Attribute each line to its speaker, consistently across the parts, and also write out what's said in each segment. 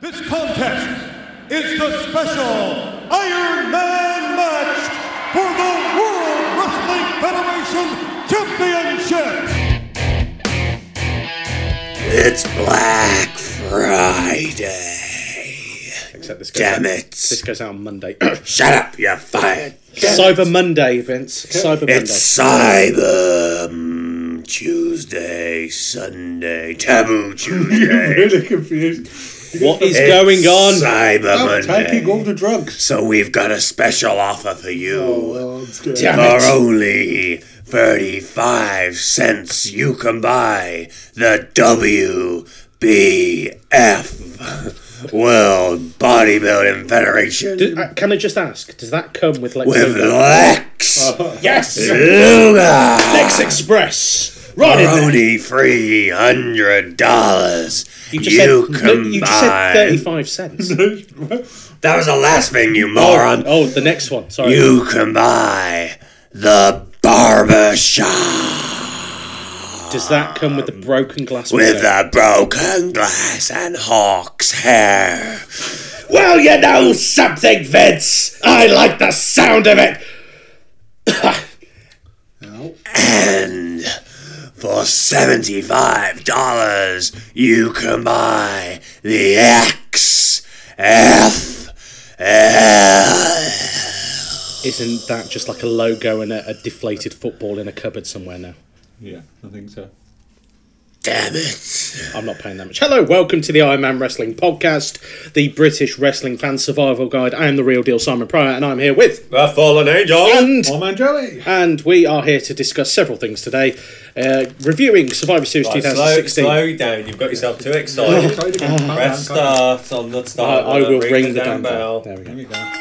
Speaker 1: This contest is the special Iron Man match for the World Wrestling Federation Championship.
Speaker 2: It's Black Friday.
Speaker 3: Except this goes
Speaker 2: Damn
Speaker 3: out,
Speaker 2: it.
Speaker 3: This goes out on Monday.
Speaker 2: Shut up, you're fired.
Speaker 3: Cyber Monday, Vince. Cyber Monday.
Speaker 2: It's Cyber mm, Tuesday, Sunday, Taboo Tuesday.
Speaker 4: really confused.
Speaker 3: What is
Speaker 2: It's
Speaker 3: going on?
Speaker 2: Cyber
Speaker 4: I'm taking all
Speaker 2: Monday.
Speaker 4: the drugs.
Speaker 2: So we've got a special offer for you.
Speaker 4: Oh, Well, I'm scared.
Speaker 3: Damn
Speaker 2: For
Speaker 3: it.
Speaker 2: only 35 cents, you can buy the WBF World Bodybuilding Federation.
Speaker 3: Do- uh, Can I just ask? Does that come with like
Speaker 2: with Lex
Speaker 3: yes,
Speaker 2: Luger
Speaker 3: Lex Express? Right in there.
Speaker 2: Brody three hundred dollars.
Speaker 3: You just said no, you just said thirty-five cents.
Speaker 2: That was the last thing you moron.
Speaker 3: Oh, the next one. Sorry.
Speaker 2: You can buy the barber shop
Speaker 3: Does that come with the broken glass?
Speaker 2: with
Speaker 3: window?
Speaker 2: the broken glass and hawk's hair. Well, you know something, Vince. I like the sound of it. And for $75, you can buy the XFL.
Speaker 3: Isn't that just like a logo and a, a deflated football in a cupboard somewhere now?
Speaker 4: Yeah, I think so.
Speaker 2: Damn it.
Speaker 3: I'm not paying that much. Hello, welcome to the Iron Man Wrestling Podcast, the British Wrestling Fan Survival Guide. I am the real deal Simon Pryor, and I'm here with
Speaker 2: The fallen
Speaker 5: eh,
Speaker 2: angel.
Speaker 3: and
Speaker 4: Oh man, Joey.
Speaker 3: and we are here to discuss several things today, uh, reviewing Survivor Series 2016.
Speaker 5: Slow, slow down. You've got yourself too excited.
Speaker 4: Uh-huh.
Speaker 5: Press start on uh, the
Speaker 3: I,
Speaker 5: start.
Speaker 3: I will ring the damn
Speaker 5: damn
Speaker 3: bell. There we
Speaker 4: There
Speaker 3: go.
Speaker 4: you go.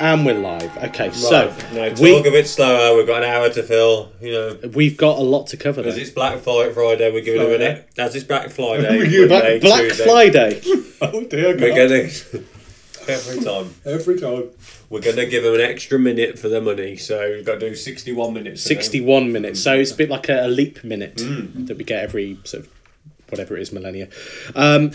Speaker 3: And we're live. Okay,
Speaker 5: So,
Speaker 3: so
Speaker 5: no, talk
Speaker 3: we
Speaker 5: a bit slower. We've got an hour to fill. You know,
Speaker 3: we've got a lot to cover.
Speaker 5: because
Speaker 3: There.
Speaker 5: it's Black Fri- Friday, we're giving a
Speaker 4: Friday.
Speaker 5: minute. As it's Black Friday,
Speaker 4: We give
Speaker 5: Monday,
Speaker 3: Black, Black
Speaker 5: Tuesday,
Speaker 3: Friday.
Speaker 4: Oh dear
Speaker 5: We're
Speaker 4: God.
Speaker 5: gonna every time
Speaker 4: Every time.
Speaker 5: we're gonna give them an extra minute for their money. So you've got to do sixty-one minutes. for them.
Speaker 3: 61 minutes. So it's a bit like a, a leap minute that we get every sort of whatever it is millennia. Um,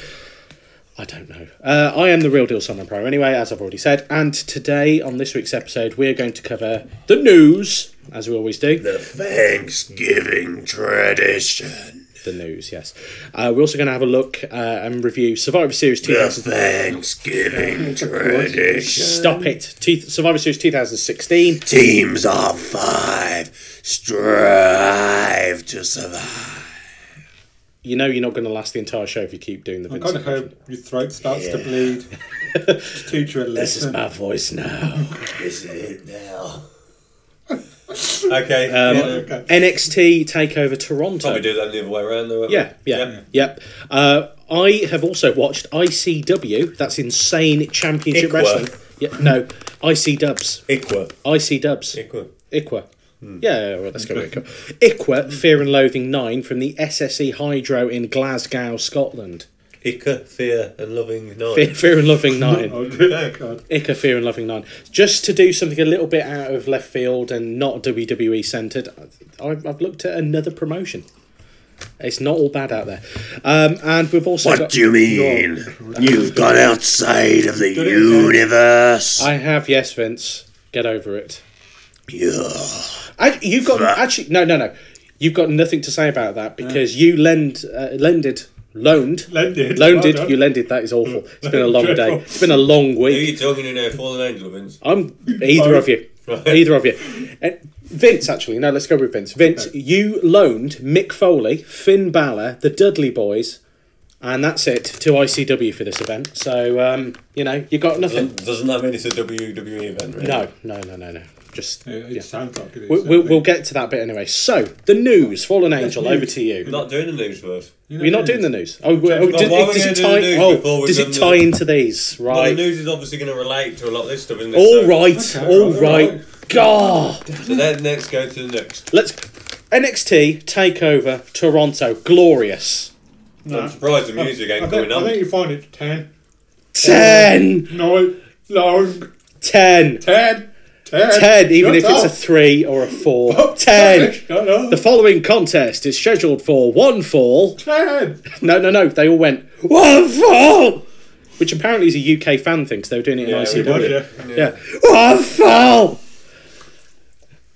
Speaker 3: I don't know. Uh, I am the real deal Simon Pro anyway, as I've already said. And today on this week's episode, we're going to cover the news, as we always do.
Speaker 2: The Thanksgiving tradition.
Speaker 3: The news, yes. Uh, we're also going to have a look uh, and review Survivor Series
Speaker 2: The
Speaker 3: 2000.
Speaker 2: Thanksgiving tradition.
Speaker 3: Stop it. Two- Survivor Series 2016.
Speaker 2: Teams of five strive to survive.
Speaker 3: You know you're not going to last the entire show if you keep doing the
Speaker 4: I kind
Speaker 3: Vincent.
Speaker 4: of hope your throat starts to
Speaker 2: Yeah.
Speaker 4: bleed. Just teach you a
Speaker 2: This is
Speaker 4: lesson.
Speaker 2: my voice now. this is it now.
Speaker 5: Okay.
Speaker 4: Yeah,
Speaker 5: Um,
Speaker 4: okay.
Speaker 3: NXT Takeover Toronto.
Speaker 5: probably do that the other way around. Though, won't we?
Speaker 3: Yeah, yeah, yep. Uh, I have also watched ICW. That's insane championship
Speaker 5: Ickwa.
Speaker 3: wrestling. Yeah, no, IC Dubs.
Speaker 5: Equa.
Speaker 3: IC Dubs.
Speaker 5: Equa.
Speaker 3: Iqua.
Speaker 2: Hmm.
Speaker 3: Yeah, well, let's go with Iqua. Iqua, Fear and Loathing 9 from the SSE Hydro in Glasgow, Scotland.
Speaker 5: Ica, fear, and loving
Speaker 3: Fear,
Speaker 5: night.
Speaker 3: Fear and Loving 9.
Speaker 4: Oh dear God.
Speaker 3: Ica Fear and Loving Nine. Just to do something a little bit out of left field and not WWE centered, I've, I've looked at another promotion. It's not all bad out there. Um, and we've also
Speaker 2: What
Speaker 3: got-
Speaker 2: do you mean? You've gone outside of the
Speaker 4: Did it again.
Speaker 2: universe.
Speaker 3: I have, yes, Vince. Get over it.
Speaker 2: Yeah.
Speaker 3: I, you've got
Speaker 2: Fuck.
Speaker 3: actually no, no, no. You've got nothing to say about that because you lend, uh, lended, loaned,
Speaker 4: Lended.
Speaker 3: loaned.
Speaker 4: Well done.
Speaker 3: you lended. That is awful. It's been a long day.
Speaker 4: Dreadful.
Speaker 3: It's been a long
Speaker 5: Who are
Speaker 3: week.
Speaker 5: you talking to now? Fallen angel, Vince.
Speaker 3: I'm either of
Speaker 4: Both.
Speaker 3: you. Either of you. Uh, Vince, actually, no, let's go with Vince. Vince, you loaned Mick Foley, Finn Balor, the Dudley Boys, and that's it to ICW for this event. So um, you know you got nothing.
Speaker 5: Doesn't that mean it's a WWE event? Really?
Speaker 3: No, no, no, no, no. Just
Speaker 4: It, it sounds like it is.
Speaker 3: We, we'll, we'll
Speaker 4: certainly.
Speaker 3: get to that bit anyway. So, the news, Fallen Angel, over to you.
Speaker 5: We're not doing the news first.
Speaker 3: We're not doing the news. Oh, we- oh,
Speaker 5: Well,
Speaker 3: does,
Speaker 5: why are we
Speaker 3: does it
Speaker 5: gonna do the
Speaker 3: tie,
Speaker 5: news before
Speaker 3: oh,
Speaker 5: we've
Speaker 3: does it
Speaker 5: done
Speaker 3: tie
Speaker 5: the-
Speaker 3: into these?
Speaker 5: Well, the
Speaker 3: Right.
Speaker 5: news is obviously going to relate to a lot of this stuff, isn't it?
Speaker 3: All
Speaker 5: so,
Speaker 3: right,
Speaker 4: Okay,
Speaker 3: all
Speaker 4: all
Speaker 3: right. God.
Speaker 5: So then let's go to the next.
Speaker 3: Let's. NXT, TakeOver, Toronto. Glorious.
Speaker 5: I'm surprised the music
Speaker 4: I
Speaker 5: ain't
Speaker 4: think,
Speaker 5: coming
Speaker 4: I
Speaker 5: on.
Speaker 4: think you find it 10,
Speaker 3: 10.
Speaker 4: no, long,
Speaker 3: 10.
Speaker 4: 10, 10.
Speaker 3: 10, even if it's a 3 or a
Speaker 5: Oh,
Speaker 3: 4. 10. The following contest is scheduled for one fall.
Speaker 4: 10.
Speaker 3: No, no, no. They all went, one fall! which apparently is a UK fan thing because they were doing it in
Speaker 5: Yeah, we
Speaker 3: ICW.
Speaker 4: But yeah.
Speaker 3: Yeah. Waffle!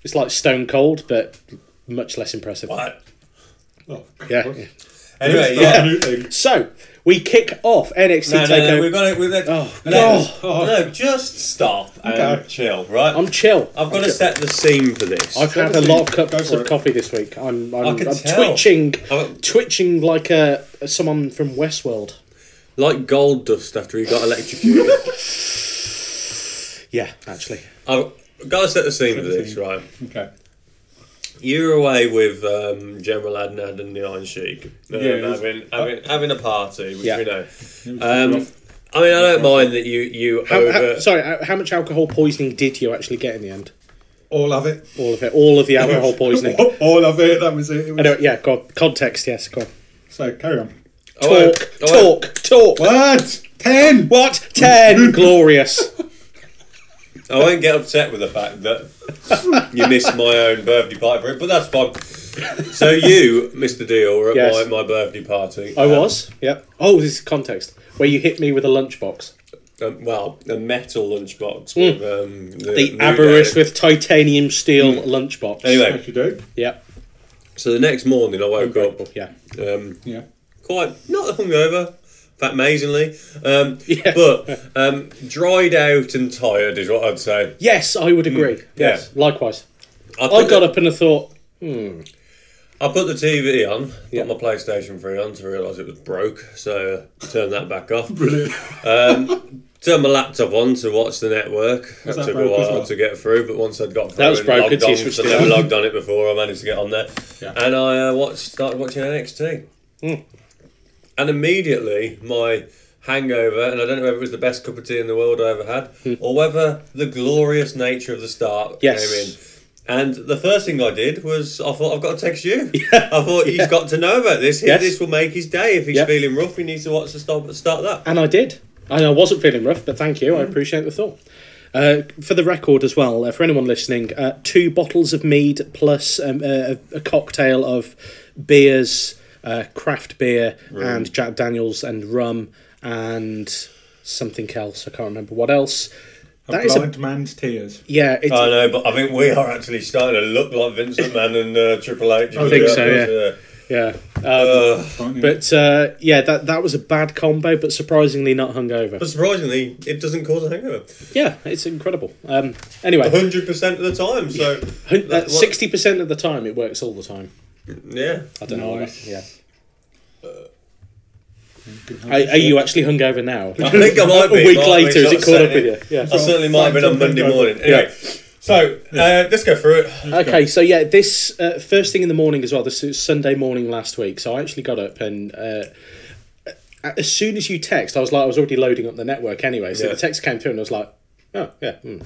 Speaker 3: It's like Stone Cold, but much less impressive.
Speaker 5: But
Speaker 4: Oh,
Speaker 3: Yeah.
Speaker 4: God.
Speaker 5: anyway,
Speaker 4: That's the
Speaker 5: yeah.
Speaker 4: new thing.
Speaker 3: So, we kick off NXT
Speaker 5: No, no, no,
Speaker 3: TakeOver.
Speaker 5: we've got it. We've got,
Speaker 3: Oh,
Speaker 5: no, no, just stop and
Speaker 4: Okay.
Speaker 5: chill, right?
Speaker 3: I'm chill.
Speaker 5: I've got to set the scene for this.
Speaker 3: I've had a lot of cups of coffee this week. I'm, I'm,
Speaker 5: I can
Speaker 3: I'm
Speaker 5: tell.
Speaker 3: twitching,
Speaker 5: Oh.
Speaker 3: twitching like a someone from Westworld.
Speaker 5: like gold dust after he got electrocuted.
Speaker 3: Yeah, actually,
Speaker 5: I've got to set the scene for this, right?
Speaker 4: Okay.
Speaker 5: You were away with um, General Adnan and the Iron Sheik, um,
Speaker 4: it was-
Speaker 5: having, having, having a party, which
Speaker 3: Yeah.
Speaker 5: we know. Um, I mean, I don't mind that you you
Speaker 3: how,
Speaker 5: over.
Speaker 3: how, sorry. how- How much alcohol poisoning did you actually get in the end?
Speaker 4: All of it.
Speaker 3: All of it. All of the alcohol poisoning.
Speaker 4: All of it. That was it. it
Speaker 3: I
Speaker 4: was...
Speaker 3: don't, yeah, go on. context. Yes, go on.
Speaker 4: So carry on.
Speaker 5: Oh, I won't-
Speaker 3: Talk,
Speaker 5: I won't-
Speaker 3: talk, talk.
Speaker 4: What? Ten.
Speaker 3: What? Ten. Glorious.
Speaker 5: I won't get upset with the fact that you missed my own birthday party for it, but that's fine. So you, Mr. Deal, were at
Speaker 3: Yes.
Speaker 5: my, my birthday party.
Speaker 3: I was. Yep. Oh, this is context. Where you hit me with a lunchbox.
Speaker 5: Um, well, a metal lunchbox with um,
Speaker 3: Hmm. The
Speaker 5: New
Speaker 3: Aberystwyth
Speaker 5: Day.
Speaker 3: with titanium steel lunchbox.
Speaker 5: Hmm. Anyway,
Speaker 4: Yes, you do.
Speaker 3: Yep.
Speaker 5: so the next morning I
Speaker 3: Oh,
Speaker 5: woke up
Speaker 3: Yeah.
Speaker 5: um,
Speaker 4: Yeah.
Speaker 5: quite not hungover, in fact, amazingly, um,
Speaker 3: Yeah.
Speaker 5: but um, dried out and tired is what I'd say.
Speaker 3: Yes, I would agree.
Speaker 5: Hmm. yeah.
Speaker 3: Yes. Likewise.
Speaker 5: I,
Speaker 3: I
Speaker 5: put
Speaker 3: got
Speaker 5: the,
Speaker 3: up and I thought,
Speaker 5: I put the TV on,
Speaker 3: Yeah.
Speaker 5: put my PlayStation 3 on to realise it was broke, so uh, turned that back off.
Speaker 4: Brilliant.
Speaker 5: Turned my laptop on to watch the network.
Speaker 4: that
Speaker 5: that took a
Speaker 4: broke as
Speaker 5: while
Speaker 4: well?
Speaker 5: to get through, but once I'd got through,
Speaker 3: That was
Speaker 5: and
Speaker 3: broken,
Speaker 5: logged
Speaker 3: so you
Speaker 5: on,
Speaker 3: switched
Speaker 5: so
Speaker 3: it
Speaker 5: I
Speaker 3: on.
Speaker 5: logged on it before. I managed to get on there,
Speaker 4: Yeah.
Speaker 5: and I uh, watched started watching NXT,
Speaker 3: Hmm.
Speaker 5: and immediately my hangover, and I don't know whether it was the best cup of tea in the world I ever had, or whether the glorious nature of the start
Speaker 3: Hmm. Yes.
Speaker 5: came in. And the first thing I did was I thought I've got to text you. I thought he's got to know about this.
Speaker 3: Yes.
Speaker 5: This will make his day. If he's
Speaker 3: Yep.
Speaker 5: feeling rough, he needs to watch the start, start that.
Speaker 3: and I did. And I wasn't feeling rough, but thank you. I
Speaker 5: Mm.
Speaker 3: appreciate the thought. Uh, for the record as well, uh, for anyone listening, uh, two bottles of mead plus um, a, a cocktail of beers, uh, craft beer, and Jack Daniels and rum and something else. I can't remember what else. That is a
Speaker 4: Blind man's tears.
Speaker 3: yeah. It's,
Speaker 5: Oh, I know, but I think we are actually starting to look like Vincent Man and uh, Triple H. I
Speaker 3: think so, yeah. Um,
Speaker 4: Right, yeah.
Speaker 3: but uh, yeah, that that was a bad combo, but surprisingly not hungover.
Speaker 5: But surprisingly, it doesn't cause a hangover
Speaker 3: Yeah, it's incredible. Um, anyway, uh,
Speaker 5: hundred percent of the time. So that- what-
Speaker 3: sixty percent of the time it works all the time.
Speaker 5: yeah,
Speaker 3: I don't know.
Speaker 4: Nice.
Speaker 3: Yeah. Are, are you actually hungover now?
Speaker 5: I think I might be
Speaker 3: a week
Speaker 5: might be
Speaker 3: later, has it
Speaker 5: sort
Speaker 3: caught
Speaker 5: of
Speaker 3: up
Speaker 5: setting
Speaker 3: with you?
Speaker 5: it.
Speaker 3: Yeah.
Speaker 5: I certainly might have been on Monday morning. Anyway, so uh, let's go through it.
Speaker 3: Okay, so yeah, this uh, first thing in the morning as well. This is Sunday morning last week, so I actually got up and uh, as soon as you text, I was like, I was already loading up the network anyway. So
Speaker 5: Yeah.
Speaker 3: the text came through, and I was like, oh yeah, hmm.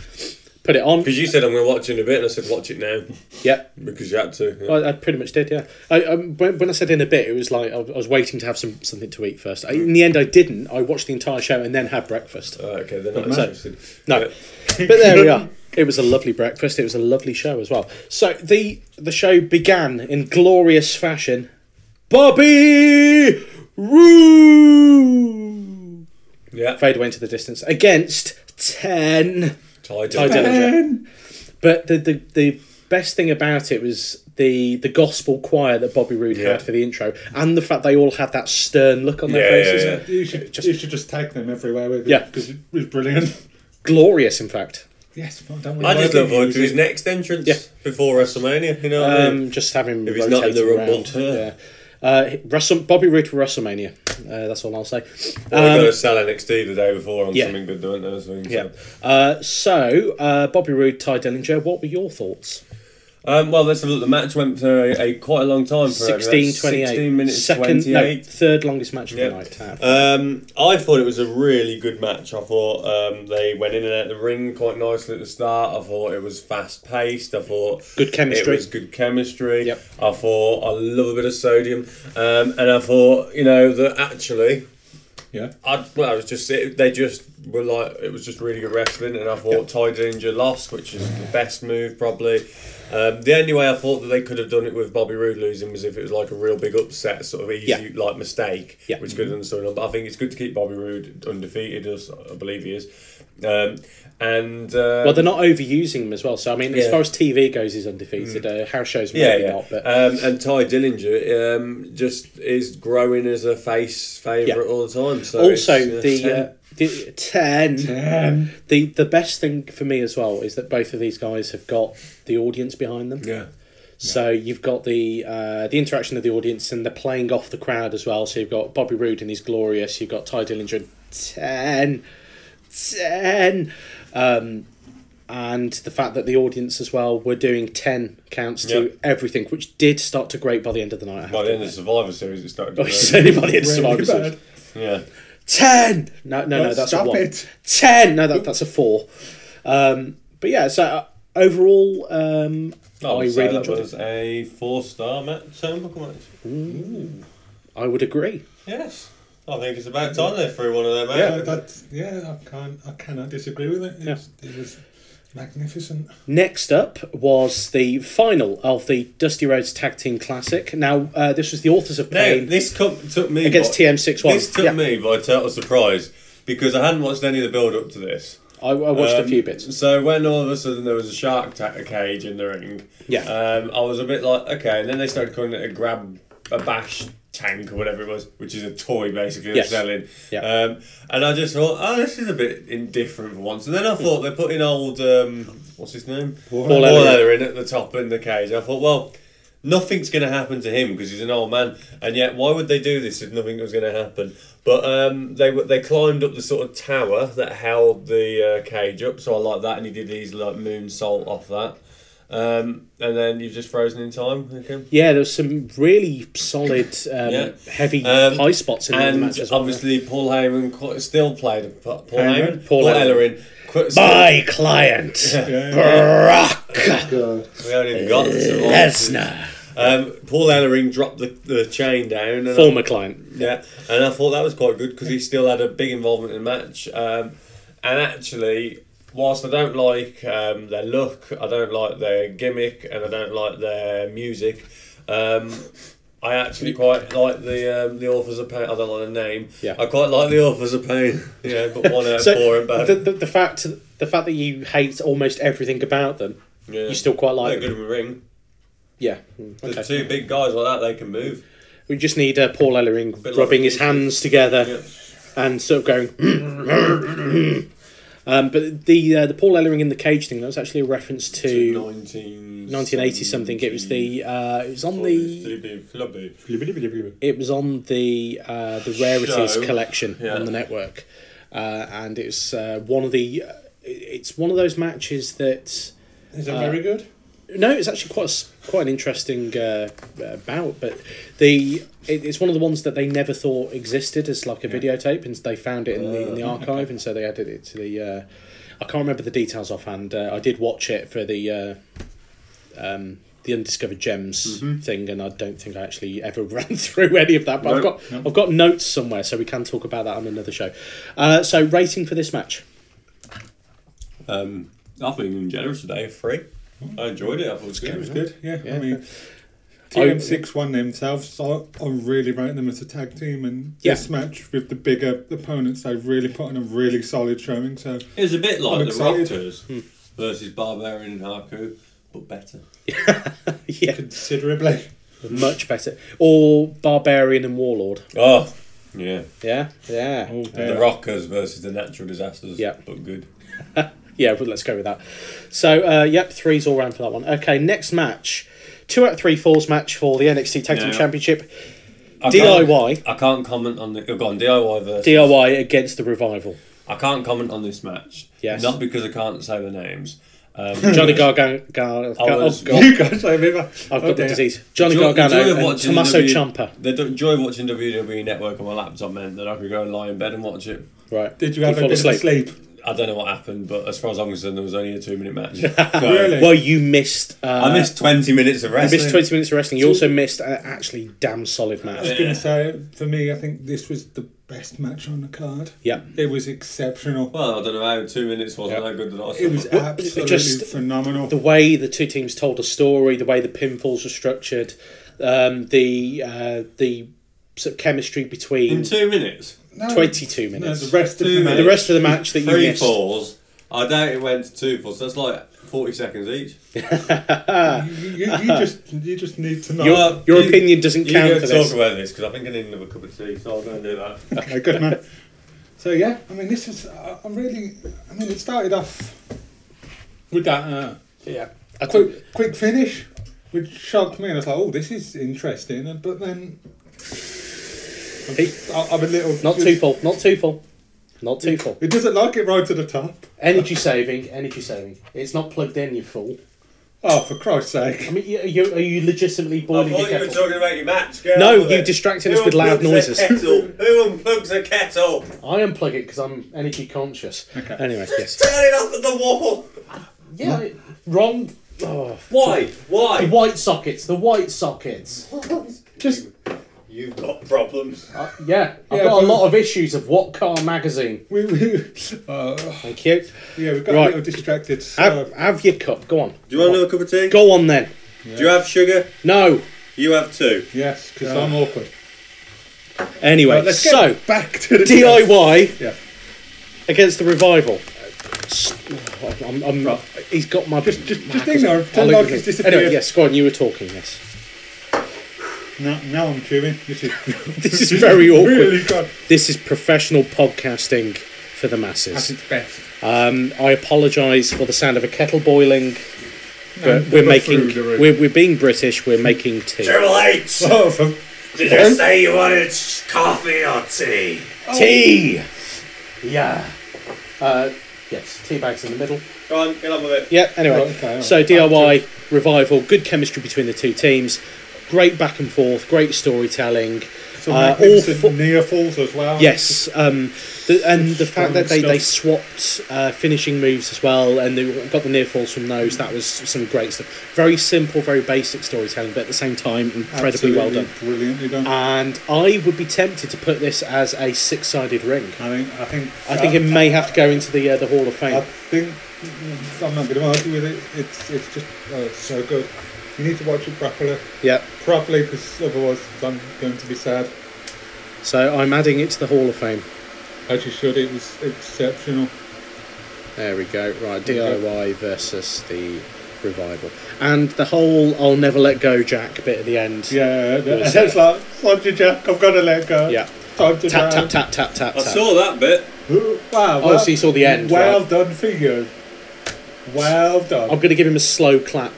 Speaker 3: put it on.
Speaker 5: Because you said I'm going to watch it in a bit, and I said watch it now
Speaker 3: Yeah,
Speaker 5: because you had to. yeah.
Speaker 3: I, I pretty much did, yeah. I, I, when, when I said in a bit, it was like I, was- I was waiting to have some something to eat first. I, in the end, I didn't. I watched the entire show and then had breakfast.
Speaker 5: Oh, okay, they're not interested.
Speaker 3: No, but there we are. It was a lovely breakfast. It was a lovely show as well. So the the show began in glorious fashion. Bobby Roode
Speaker 5: Yeah,
Speaker 3: fade away into the distance against ten.
Speaker 5: Ty
Speaker 3: Ty
Speaker 5: Dillinger.
Speaker 3: Dillinger. But the, the the best thing about it was the the gospel choir that Bobby Roode
Speaker 5: Yeah.
Speaker 3: had for the intro, and the fact they all had that stern look on their
Speaker 5: Yeah, yeah,
Speaker 3: faces.
Speaker 5: yeah.
Speaker 4: You should just, you should just tag them everywhere with
Speaker 3: Yeah.
Speaker 4: because it was brilliant.
Speaker 3: Glorious, in fact.
Speaker 4: Yes, well done. with
Speaker 5: I just
Speaker 4: working
Speaker 5: look forward to
Speaker 4: music.
Speaker 5: his next entrance before WrestleMania. You know, what I mean?
Speaker 3: Um, just having
Speaker 5: If he's not in the Rumble, yeah.
Speaker 3: yeah. Uh, Russell, Bobby Roode for WrestleMania. Uh, that's all I'll say.
Speaker 5: Well, they've got to sell NXT the day before on
Speaker 3: um, yeah.
Speaker 5: something good, don't they? So,
Speaker 3: Yeah. Uh, so, uh, Bobby Roode, Ty Dillinger. What were your thoughts?
Speaker 5: Um, well, let's have a look. The match went for a, a quite a long time. For
Speaker 3: 16, 28.
Speaker 5: 16 minutes
Speaker 3: Second, no,
Speaker 5: 28.
Speaker 3: third longest match of
Speaker 5: Yeah.
Speaker 3: the night.
Speaker 5: Um, I thought it was a really good match. I thought um, they went in and out the ring quite nicely at the start. I thought it was fast paced. I thought
Speaker 3: Good chemistry.
Speaker 5: It was good chemistry.
Speaker 3: Yep.
Speaker 5: I thought I love a bit of sodium, um, and I thought you know that actually
Speaker 4: Yeah.
Speaker 5: I, well, I was just it- they just were like it was just really good wrestling, and I thought Ty Dillinger lost, which is the best move probably. Um, the only way I thought that they could have done it with Bobby Roode losing was if it was like a real big upset, sort of easy
Speaker 3: Yeah.
Speaker 5: like mistake,
Speaker 3: Yeah. Mm-hmm.
Speaker 5: which could have done something. But I think it's good to keep Bobby Roode undefeated, as I believe he is. Um, and uh,
Speaker 3: Well, they're not overusing him as well. So I mean, as
Speaker 5: Yeah. Mm.
Speaker 3: far as TV goes, he's undefeated. Uh, house shows,
Speaker 5: yeah,
Speaker 3: maybe
Speaker 5: yeah.
Speaker 3: not. But
Speaker 5: Um, and Ty Dillinger um, just is growing as a face favorite
Speaker 3: Yeah.
Speaker 5: all the time. So it's,
Speaker 3: also
Speaker 5: uh,
Speaker 3: the.
Speaker 5: ten.
Speaker 3: Uh, the, 10. The the best thing for me as well is that both of these guys have got the audience behind them.
Speaker 5: yeah.
Speaker 3: So you've got the uh, the interaction of the audience and they're playing off the crowd as well. So you've got Bobby Roode and he's glorious. You've got Ty Dillinger and 10, 10. Um, and the fact that the audience as well were doing 10 counts to
Speaker 5: Yep.
Speaker 3: everything, which did start to grate by the end of the night. I have
Speaker 5: By the
Speaker 3: to
Speaker 5: end of
Speaker 3: admit.
Speaker 5: the Survivor Series, it started. To
Speaker 3: Oh,
Speaker 5: grow.
Speaker 3: it's anybody in Survivor
Speaker 4: Really
Speaker 3: Series.
Speaker 4: bad.
Speaker 3: 10 no no no
Speaker 4: Oh,
Speaker 3: that's
Speaker 4: stop
Speaker 3: a one
Speaker 4: it.
Speaker 3: 10 no that, that's a 4 um, but yeah so uh, overall um,
Speaker 5: I
Speaker 3: I
Speaker 5: would say
Speaker 3: really
Speaker 5: that
Speaker 3: enjoyed
Speaker 5: was a four-star match. Turnbuckle match.
Speaker 3: I would agree
Speaker 5: Yes, I think it's about time they threw one of them out.
Speaker 4: Yeah, that's yeah. I can't. I cannot disagree with it. It's, It was magnificent.
Speaker 3: next up was the final of the Dusty Rhodes Tag Team Classic now uh, this was the Authors of
Speaker 5: Now,
Speaker 3: Pain
Speaker 5: this co- took me
Speaker 3: Against TM61.
Speaker 5: This took
Speaker 3: Yeah.
Speaker 5: me by total surprise because I hadn't watched any of the build-up to this.
Speaker 3: I, I watched a
Speaker 5: Um,
Speaker 3: few bits
Speaker 5: So when all of a sudden there was a shark ta- a cage in the ring,
Speaker 3: Yeah.
Speaker 5: um, I was a bit like, okay. And then they started calling it a grab, a bash tank or whatever it was, which is a toy basically
Speaker 3: Yes.
Speaker 5: they're selling.
Speaker 3: Yeah.
Speaker 5: Um, and I just thought, oh, this is a bit indifferent for once. And then I thought they're putting old, um, what's his name, Paul
Speaker 3: Elliott.
Speaker 5: Elliott in at the top in the cage. I thought, well. Nothing's going to happen to him because he's an old man, and yet why would they do this if nothing was going to happen? But um, they were- they climbed up the sort of tower that held the uh, cage up, so I like that, and he did his like moon salt off that, um, and then you've just frozen in time. Okay.
Speaker 3: yeah there was some really solid um,
Speaker 5: Yeah.
Speaker 3: heavy
Speaker 5: Um,
Speaker 3: high spots in the
Speaker 5: And
Speaker 3: match as well
Speaker 5: obviously, Paul Heyman qu- still played a p- Paul Heyman,
Speaker 3: Heyman? Paul
Speaker 5: Paul,
Speaker 3: Ellerin.
Speaker 5: Ellerin. qu- still-
Speaker 3: my client Brock
Speaker 4: Oh, God.
Speaker 5: We haven't even got to
Speaker 3: Lesnar
Speaker 5: um, Paul Ellering dropped the, the chain down. And
Speaker 3: former client
Speaker 5: Yeah, and I thought that was quite good because he still had a big involvement in the match. Um, and actually, whilst I don't like um, their look, I don't like their gimmick, and I don't like their music, um, I actually quite like the um, the authors of pain. I don't like the name.
Speaker 3: Yeah.
Speaker 5: I quite like the authors of pain. Yeah, but one out of
Speaker 3: so
Speaker 5: Uh, four and bad.
Speaker 3: the, the, the fact the fact that you hate almost everything about them
Speaker 5: yeah.
Speaker 3: you still quite like
Speaker 5: They're good in the ring.
Speaker 3: Yeah. mm,
Speaker 5: The
Speaker 3: Okay.
Speaker 5: two big guys like that, they can move.
Speaker 3: We just need uh, Paul Ellering
Speaker 5: like
Speaker 3: rubbing
Speaker 5: the
Speaker 3: his
Speaker 5: YouTube.
Speaker 3: hands together
Speaker 5: Yeah.
Speaker 3: and sort of going. um, but the uh, the Paul Ellering in the cage thing that was actually a reference to 1980 something. It was the uh, it was on the
Speaker 5: the
Speaker 3: it was on the uh, the rarities
Speaker 5: Show.
Speaker 3: collection
Speaker 5: Yeah.
Speaker 3: on the network, uh, and it's uh, one of the uh, it's one of those matches that.
Speaker 4: Is it very good?
Speaker 3: No, it's actually quite a s quite an interesting uh, uh, bout, but the it, it's one of the ones that they never thought existed as like a videotape, and they found it in the in the archive, and so they added it to the. Uh, I can't remember the details offhand. Uh, I did watch it for the uh, um, the undiscovered gems thing, and I don't think I actually ever ran through any of that. But I've got I've got notes somewhere, so we can talk about that on another show. Uh, so rating for this match.
Speaker 5: Um, I think in generous today, free. I enjoyed it. I thought it was good.
Speaker 4: It was Hmm. good. Yeah.
Speaker 3: Yeah.
Speaker 4: I mean, TM6 won themselves, so I, I really rate them as a tag team. And
Speaker 3: Yeah.
Speaker 4: this match with the bigger opponents, they've really put on a really solid showing. So
Speaker 5: It was a bit like
Speaker 4: I'm
Speaker 5: the
Speaker 4: excited. Hmm.
Speaker 5: Raptors versus Barbarian and Haku, but better.
Speaker 3: Yeah,
Speaker 4: considerably,
Speaker 3: much better. Or barbarian and warlord.
Speaker 5: Oh, yeah.
Speaker 3: Yeah, yeah.
Speaker 4: all
Speaker 5: The
Speaker 4: day.
Speaker 5: Rockers versus the Natural Disasters,
Speaker 3: Yeah.
Speaker 5: but good.
Speaker 3: Yeah, but let's go with that. So, uh, yep, threes all round for that one. Okay, next match. Two out of three falls match for the NXT Tag Team
Speaker 5: Yeah.
Speaker 3: Championship.
Speaker 5: I
Speaker 3: DIY.
Speaker 5: Can't, I can't comment on the. oh, Go on, DIY versus.
Speaker 3: DIY against the Revival.
Speaker 5: I can't comment on this match.
Speaker 3: Yes.
Speaker 5: Not because I can't say the names. Um,
Speaker 3: Johnny Gargano. Gar-
Speaker 5: I was-
Speaker 3: oh, God.
Speaker 4: You guys, I remember.
Speaker 5: oh,
Speaker 4: Oh,
Speaker 3: I've got the
Speaker 4: dear.
Speaker 3: disease. Johnny
Speaker 5: Joy- the joy of
Speaker 3: Gargano and
Speaker 5: watching
Speaker 3: Tommaso
Speaker 5: the W-
Speaker 3: Ciampa.
Speaker 5: The do- joy of watching WWE Network on my laptop meant that I could go and lie in bed and watch it.
Speaker 3: Right.
Speaker 4: Did you have a
Speaker 3: fall
Speaker 4: bit of a sleep?
Speaker 5: I don't know what happened, but as far as I'm concerned, there was only a two minute match.
Speaker 4: Really?
Speaker 3: Well, you missed. Uh,
Speaker 5: I missed 20 minutes of
Speaker 3: you
Speaker 5: wrestling.
Speaker 3: missed 20 minutes of wrestling. You also missed an actually damn solid
Speaker 4: I was
Speaker 3: match.
Speaker 4: going to say, for me, I think this was the best match on the card.
Speaker 3: Yep.
Speaker 4: It was exceptional.
Speaker 5: Well, I don't know how two minutes was.
Speaker 3: Yep.
Speaker 5: How good that I
Speaker 4: It was
Speaker 3: Well, it
Speaker 4: absolutely
Speaker 3: just-
Speaker 4: phenomenal.
Speaker 3: the way the two teams told a story, the way the pinfalls were structured, um, the uh, the sort of chemistry
Speaker 5: in
Speaker 3: between
Speaker 5: two minutes.
Speaker 4: No,
Speaker 3: 22
Speaker 4: no,
Speaker 3: minutes.
Speaker 4: the rest of
Speaker 5: Two
Speaker 4: the match.
Speaker 3: the rest of the match that you
Speaker 5: Three
Speaker 3: missed.
Speaker 5: falls. I doubt it went to two falls. That's like forty seconds each.
Speaker 4: You, you, you just you just need to know.
Speaker 3: Your,
Speaker 5: Well,
Speaker 3: your
Speaker 5: you-
Speaker 3: opinion doesn't
Speaker 5: You
Speaker 3: count
Speaker 5: don't
Speaker 3: for
Speaker 5: talk
Speaker 3: this.
Speaker 5: about this because I think I need another cup of tea, so I'll go and do that.
Speaker 4: Okay, good man. So yeah, I mean, this is I- I'm really. I mean, it started off with that uh,
Speaker 3: Yeah. I think
Speaker 4: quick quick finish, which shocked me, and I was like, "Oh, this is interesting." and- But then
Speaker 3: he,
Speaker 4: I, I'm a little
Speaker 3: not too full, not too full, not too full.
Speaker 4: It doesn't like it right to the top.
Speaker 3: Energy saving, energy saving. It's not plugged in, you fool.
Speaker 4: Oh, for Christ's sake!
Speaker 3: I mean, you, you, are you legitimately
Speaker 5: I
Speaker 3: boiling your
Speaker 5: thought you were
Speaker 3: kettle?
Speaker 5: talking about your match. Get
Speaker 3: No,
Speaker 5: on with
Speaker 3: you
Speaker 5: it.
Speaker 3: distracted
Speaker 5: Who
Speaker 3: us with loud
Speaker 5: unplugs a
Speaker 3: noises.
Speaker 5: kettle? Who unplugs a kettle?
Speaker 3: I unplug it because I'm energy conscious. Okay. Anyway, yes.
Speaker 5: Turn it off at the wall.
Speaker 3: Yeah, I- wrong. Oh,
Speaker 5: Why?
Speaker 3: the
Speaker 5: Why?
Speaker 3: white sockets, the white sockets.
Speaker 4: Just
Speaker 5: You've got problems.
Speaker 3: Uh, yeah, I've
Speaker 4: Yeah,
Speaker 3: got a
Speaker 4: but-
Speaker 3: lot of issues of What Car magazine.
Speaker 4: we, we uh,
Speaker 3: Thank you.
Speaker 4: yeah, we got
Speaker 3: Right.
Speaker 4: a little distracted. So
Speaker 3: Have, have your cup. Go on.
Speaker 5: Uh, Do you want another cup of tea?
Speaker 3: Go on then.
Speaker 5: Do you have sugar?
Speaker 3: No.
Speaker 5: You have two.
Speaker 4: yes, because I'm awkward.
Speaker 3: Anyway,
Speaker 4: But let's get
Speaker 3: Uh, so
Speaker 4: back to the
Speaker 3: DIY
Speaker 4: Yeah.
Speaker 3: against the revival. S- Uh, I'm, I'm, he's got my just
Speaker 4: just- just ignore him. Pretend like he's disappeared.
Speaker 3: Anyway, yes, go on. You were talking. Yes,
Speaker 4: Now, now I'm chewing. This is
Speaker 3: this is very awkward.
Speaker 4: really good.
Speaker 3: This is professional podcasting for the
Speaker 4: That's
Speaker 3: masses.
Speaker 4: its best.
Speaker 3: Um, I apologise for the sound of a kettle boiling. But
Speaker 4: And
Speaker 3: we're
Speaker 4: the
Speaker 3: making
Speaker 4: food are in.
Speaker 3: we're, we're being British. We're making tea.
Speaker 5: Triple H.
Speaker 4: Oh, for
Speaker 5: Did you say you wanted coffee or tea?
Speaker 3: Tea. Yeah. Uh, yes, tea bags in the middle.
Speaker 5: Go on, get on with it.
Speaker 3: Yeah. Anyway,
Speaker 4: Right, okay, all right.
Speaker 3: so DIY revival, good chemistry between the two teams, great back and forth, great storytelling.
Speaker 4: some
Speaker 3: Uh, all
Speaker 4: magnificent
Speaker 3: fo-
Speaker 4: near falls as well.
Speaker 3: Yes, um, the, and the fact that they,
Speaker 4: Strong
Speaker 3: they
Speaker 4: stuff.
Speaker 3: swapped uh, finishing moves as well, and they got the near falls from those. That was some great stuff. Very simple, very basic storytelling, but at the same time, incredibly well
Speaker 4: Absolutely
Speaker 3: done.
Speaker 4: Brilliantly done.
Speaker 3: And I would be tempted to put this as a six-sided ring.
Speaker 4: I think. I think.
Speaker 3: I think it may have to go into the uh, the Hall of Fame.
Speaker 4: I think I'm not going to argue with it. It's it's just oh, it's so good. You need to watch it properly,
Speaker 3: yeah.
Speaker 4: properly, because otherwise I'm going to be sad.
Speaker 3: So I'm adding it to the Hall of Fame.
Speaker 4: As you should. It was exceptional.
Speaker 3: There we go. Right, DIY versus the revival, and the whole "I'll never let go, Jack" bit at the end.
Speaker 4: Yeah,
Speaker 3: was-
Speaker 4: it's like Roger Jack. I've got to let go.
Speaker 3: Yeah.
Speaker 4: Time to
Speaker 3: Tap
Speaker 4: drown.
Speaker 3: tap tap tap tap.
Speaker 5: I
Speaker 3: tap.
Speaker 5: saw that bit.
Speaker 4: Ooh, Wow.
Speaker 3: Oh, so you saw the end,
Speaker 4: Well
Speaker 3: right.
Speaker 4: done for you. Well done.
Speaker 3: I'm going to give him a slow clap.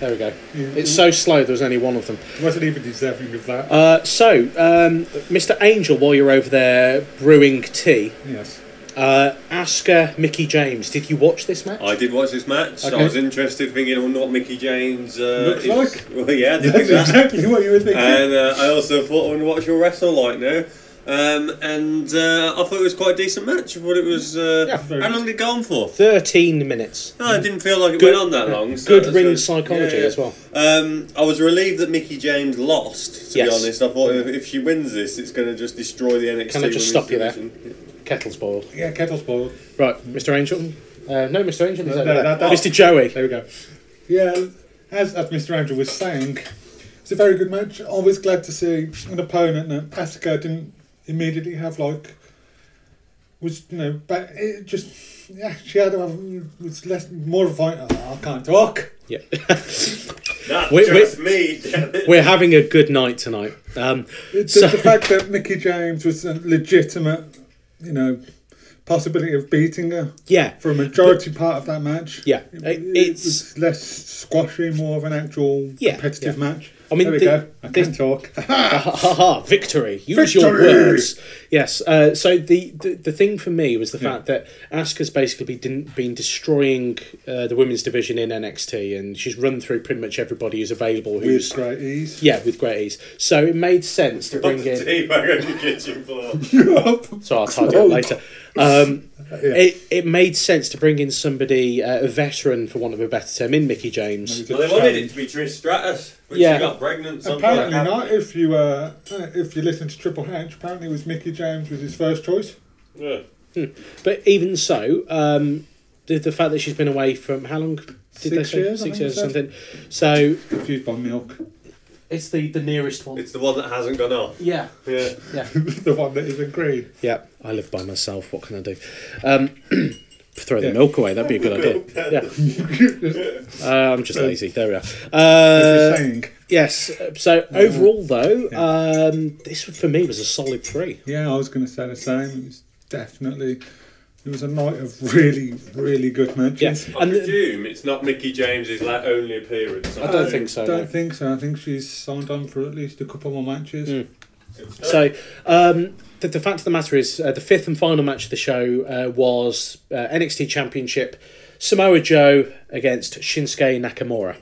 Speaker 3: There we go. It's so slow. There was only one of them.
Speaker 4: wasn't even deserving of that.
Speaker 3: Uh, so, um, Mr. Angel, while you're over there brewing tea,
Speaker 4: yes.
Speaker 3: uh, ask uh, Mickey James. Did you watch this match?
Speaker 5: I did watch this match.
Speaker 3: Okay.
Speaker 5: I was interested, thinking, oh, not Mickey James. Uh,
Speaker 4: Looks
Speaker 5: is-
Speaker 4: like.
Speaker 5: Well, yeah, I did think
Speaker 4: That's
Speaker 5: that.
Speaker 4: exactly what you were thinking.
Speaker 5: And uh, I also thought, I wonder what your wrestle like now. Um, and uh, I thought it was quite a decent match. I thought it was. Uh,
Speaker 4: Yeah, very
Speaker 5: how
Speaker 4: good.
Speaker 5: long did it go on for?
Speaker 3: Thirteen minutes.
Speaker 5: No, it didn't feel like it
Speaker 3: Mm. Good-
Speaker 5: went on that long. So
Speaker 3: good
Speaker 5: that's
Speaker 3: ring
Speaker 5: good.
Speaker 3: psychology
Speaker 5: Yeah, yeah.
Speaker 3: as well.
Speaker 5: Um, I was relieved that Mickey James lost. To be
Speaker 3: Yes.
Speaker 5: honest, I thought if, if she wins this, it's going to just destroy the NXT.
Speaker 3: Can I just
Speaker 5: women's
Speaker 3: stop you there?
Speaker 5: division.
Speaker 3: Kettle's boiled.
Speaker 4: yeah, kettle's boiled.
Speaker 3: Right, Mr. Angel. Uh, no, Mr. Angel. He's
Speaker 4: No,
Speaker 3: over there.
Speaker 4: no, no, no.
Speaker 3: Mr. Joey.
Speaker 4: There we go. Yeah, as, as Mr. Andrew was saying, it's a very good match. Always glad to see an opponent that Asuka didn't immediately have like was you know but it just yeah she had to have was less more of a fight. Oh, I can't talk.
Speaker 3: Yeah.
Speaker 5: Not
Speaker 3: Wait,
Speaker 5: just me. damn it.
Speaker 3: We're having a good night tonight. Um,
Speaker 4: It's
Speaker 3: so,
Speaker 4: just the fact that Mickey James was a legitimate, you know, possibility of beating her.
Speaker 3: yeah.
Speaker 4: For a majority part of that match,
Speaker 3: Yeah,
Speaker 4: it,
Speaker 3: it-
Speaker 4: it
Speaker 3: it's-
Speaker 4: was less squashy, more of an actual
Speaker 3: Yeah,
Speaker 4: competitive
Speaker 3: yeah.
Speaker 4: match.
Speaker 3: I mean,
Speaker 4: there we
Speaker 3: the-
Speaker 4: go. I
Speaker 3: the-
Speaker 4: can talk.
Speaker 3: ha ha ha victory use your
Speaker 4: Victory!
Speaker 3: words yes uh, so the, the the thing for me was the fact that Asuka's basically been, been destroying uh, the women's division in NXT and she's run through pretty much everybody who's available who's
Speaker 4: With great ease.
Speaker 3: yeah with great ease so it made sense to
Speaker 5: Put
Speaker 3: bring
Speaker 5: the
Speaker 3: in
Speaker 5: tea bag on the kitchen floor.
Speaker 3: so I'll tidy
Speaker 4: Oh.
Speaker 3: up later um, it, it made sense to bring in somebody uh, a veteran for want of a better term in Mickey James
Speaker 5: well, they wanted it to be Trish Stratus. But
Speaker 3: Yeah.
Speaker 5: she got pregnant. something like
Speaker 4: Apparently
Speaker 5: that.
Speaker 4: not. If you uh, uh, if you listen to Triple H, apparently it was Mickey James was his first choice.
Speaker 5: Yeah.
Speaker 3: But even so, um, the, the fact that she's been away from how long? Did they
Speaker 4: Six
Speaker 3: say?
Speaker 4: years, I
Speaker 3: Six
Speaker 4: think
Speaker 3: years or
Speaker 4: they
Speaker 3: something. So
Speaker 4: Confused by milk,
Speaker 3: it's the the nearest one.
Speaker 5: It's the one that hasn't gone off.
Speaker 3: yeah.
Speaker 5: Yeah.
Speaker 3: Yeah.
Speaker 4: the one that isn't green.
Speaker 3: Yeah, I live by myself. What can I do? Um, throw the
Speaker 4: Yeah.
Speaker 3: milk away. That'd be a good idea. Yeah, uh, I'm just lazy. There we are.
Speaker 4: As
Speaker 3: Uh,
Speaker 4: you're saying,
Speaker 3: yes. So overall, though, um, this for me was a solid three.
Speaker 4: yeah, I was going to say the same. It was definitely it was a night of really really good
Speaker 3: Yeah,
Speaker 4: matches.
Speaker 5: I
Speaker 3: and the-
Speaker 5: presume it's not Mickey James's like only appearance.
Speaker 3: I don't think so.
Speaker 4: Don't
Speaker 3: no.
Speaker 4: think so. I think she's signed on for at least a couple more matches.
Speaker 3: Hmm. So, um, the, the fact of the matter is, uh, the fifth and final match of the show uh, was uh, NXT Championship Samoa Joe against Shinsuke Nakamura.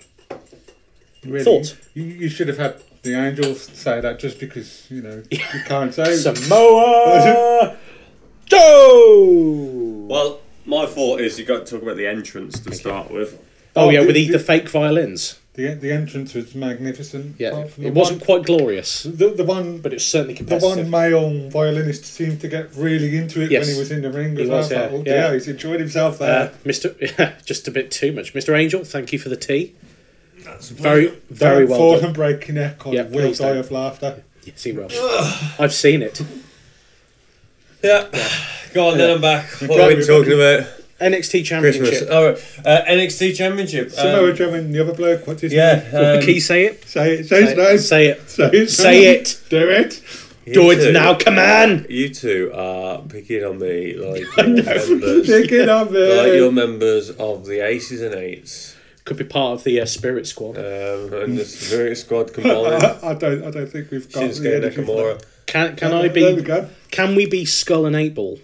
Speaker 4: Really,
Speaker 3: Thoughts?
Speaker 4: You, you should have had the angels say that just because you know you can't say.
Speaker 3: Samoa Joe!
Speaker 5: Well, my thought is you got to talk about the entrance to start with.
Speaker 3: Oh, yeah,
Speaker 4: the-
Speaker 3: with the, the
Speaker 4: the-
Speaker 3: fake violins.
Speaker 4: The the entrance was magnificent.
Speaker 3: Yeah,
Speaker 4: apart
Speaker 3: it
Speaker 4: from the
Speaker 3: wasn't quite glorious,
Speaker 4: one- the the one
Speaker 3: but it was certainly
Speaker 4: the one
Speaker 3: competitive.
Speaker 4: male violinist seemed to get really into it
Speaker 3: Yes.
Speaker 4: when he was in the ring.
Speaker 3: He
Speaker 4: as well.
Speaker 3: was,
Speaker 4: I thought,
Speaker 3: yeah,
Speaker 4: oh,
Speaker 3: yeah.
Speaker 4: dear, he's enjoyed himself
Speaker 3: uh,
Speaker 4: there.
Speaker 3: Mr. just a bit too much. Mr. Angel, thank you for the tea. very, very
Speaker 4: Don't
Speaker 3: well
Speaker 4: fall
Speaker 3: done.
Speaker 4: and break your neck, or
Speaker 3: Yeah,
Speaker 4: you will
Speaker 3: please
Speaker 4: die
Speaker 3: don't.
Speaker 4: of laughter.
Speaker 3: Yes, he will. I've seen it.
Speaker 5: Yeah. Go on, then I'm back. What are
Speaker 4: Right,
Speaker 5: we talking about?
Speaker 3: NXT
Speaker 5: Christmas.
Speaker 3: Championship.
Speaker 5: All right. Uh, NXT Championship.
Speaker 4: Samoa
Speaker 5: Um,
Speaker 4: Joe and the other bloke, what's his name?
Speaker 5: yeah. Um,
Speaker 3: Can you say it?
Speaker 4: Say it, say his name.
Speaker 3: Say it.
Speaker 4: Say it.
Speaker 3: Say it.
Speaker 4: Do it.
Speaker 5: you
Speaker 3: Do it
Speaker 5: two-
Speaker 3: now, come on!
Speaker 5: You two are picking on me like you're members, like
Speaker 4: Pick it up.
Speaker 5: you're
Speaker 4: uh,
Speaker 5: members of the Aces and Eights
Speaker 3: Could be part of the uh, Spirit Squad.
Speaker 5: um, and the Spirit Squad combined.
Speaker 4: I don't. I don't think we've got the
Speaker 5: Shinsuke
Speaker 4: energy for
Speaker 5: Nakamura,
Speaker 3: Can can
Speaker 4: that.
Speaker 3: I
Speaker 4: There
Speaker 3: be?
Speaker 4: we go.
Speaker 3: Can we be Skull and Eight Ball?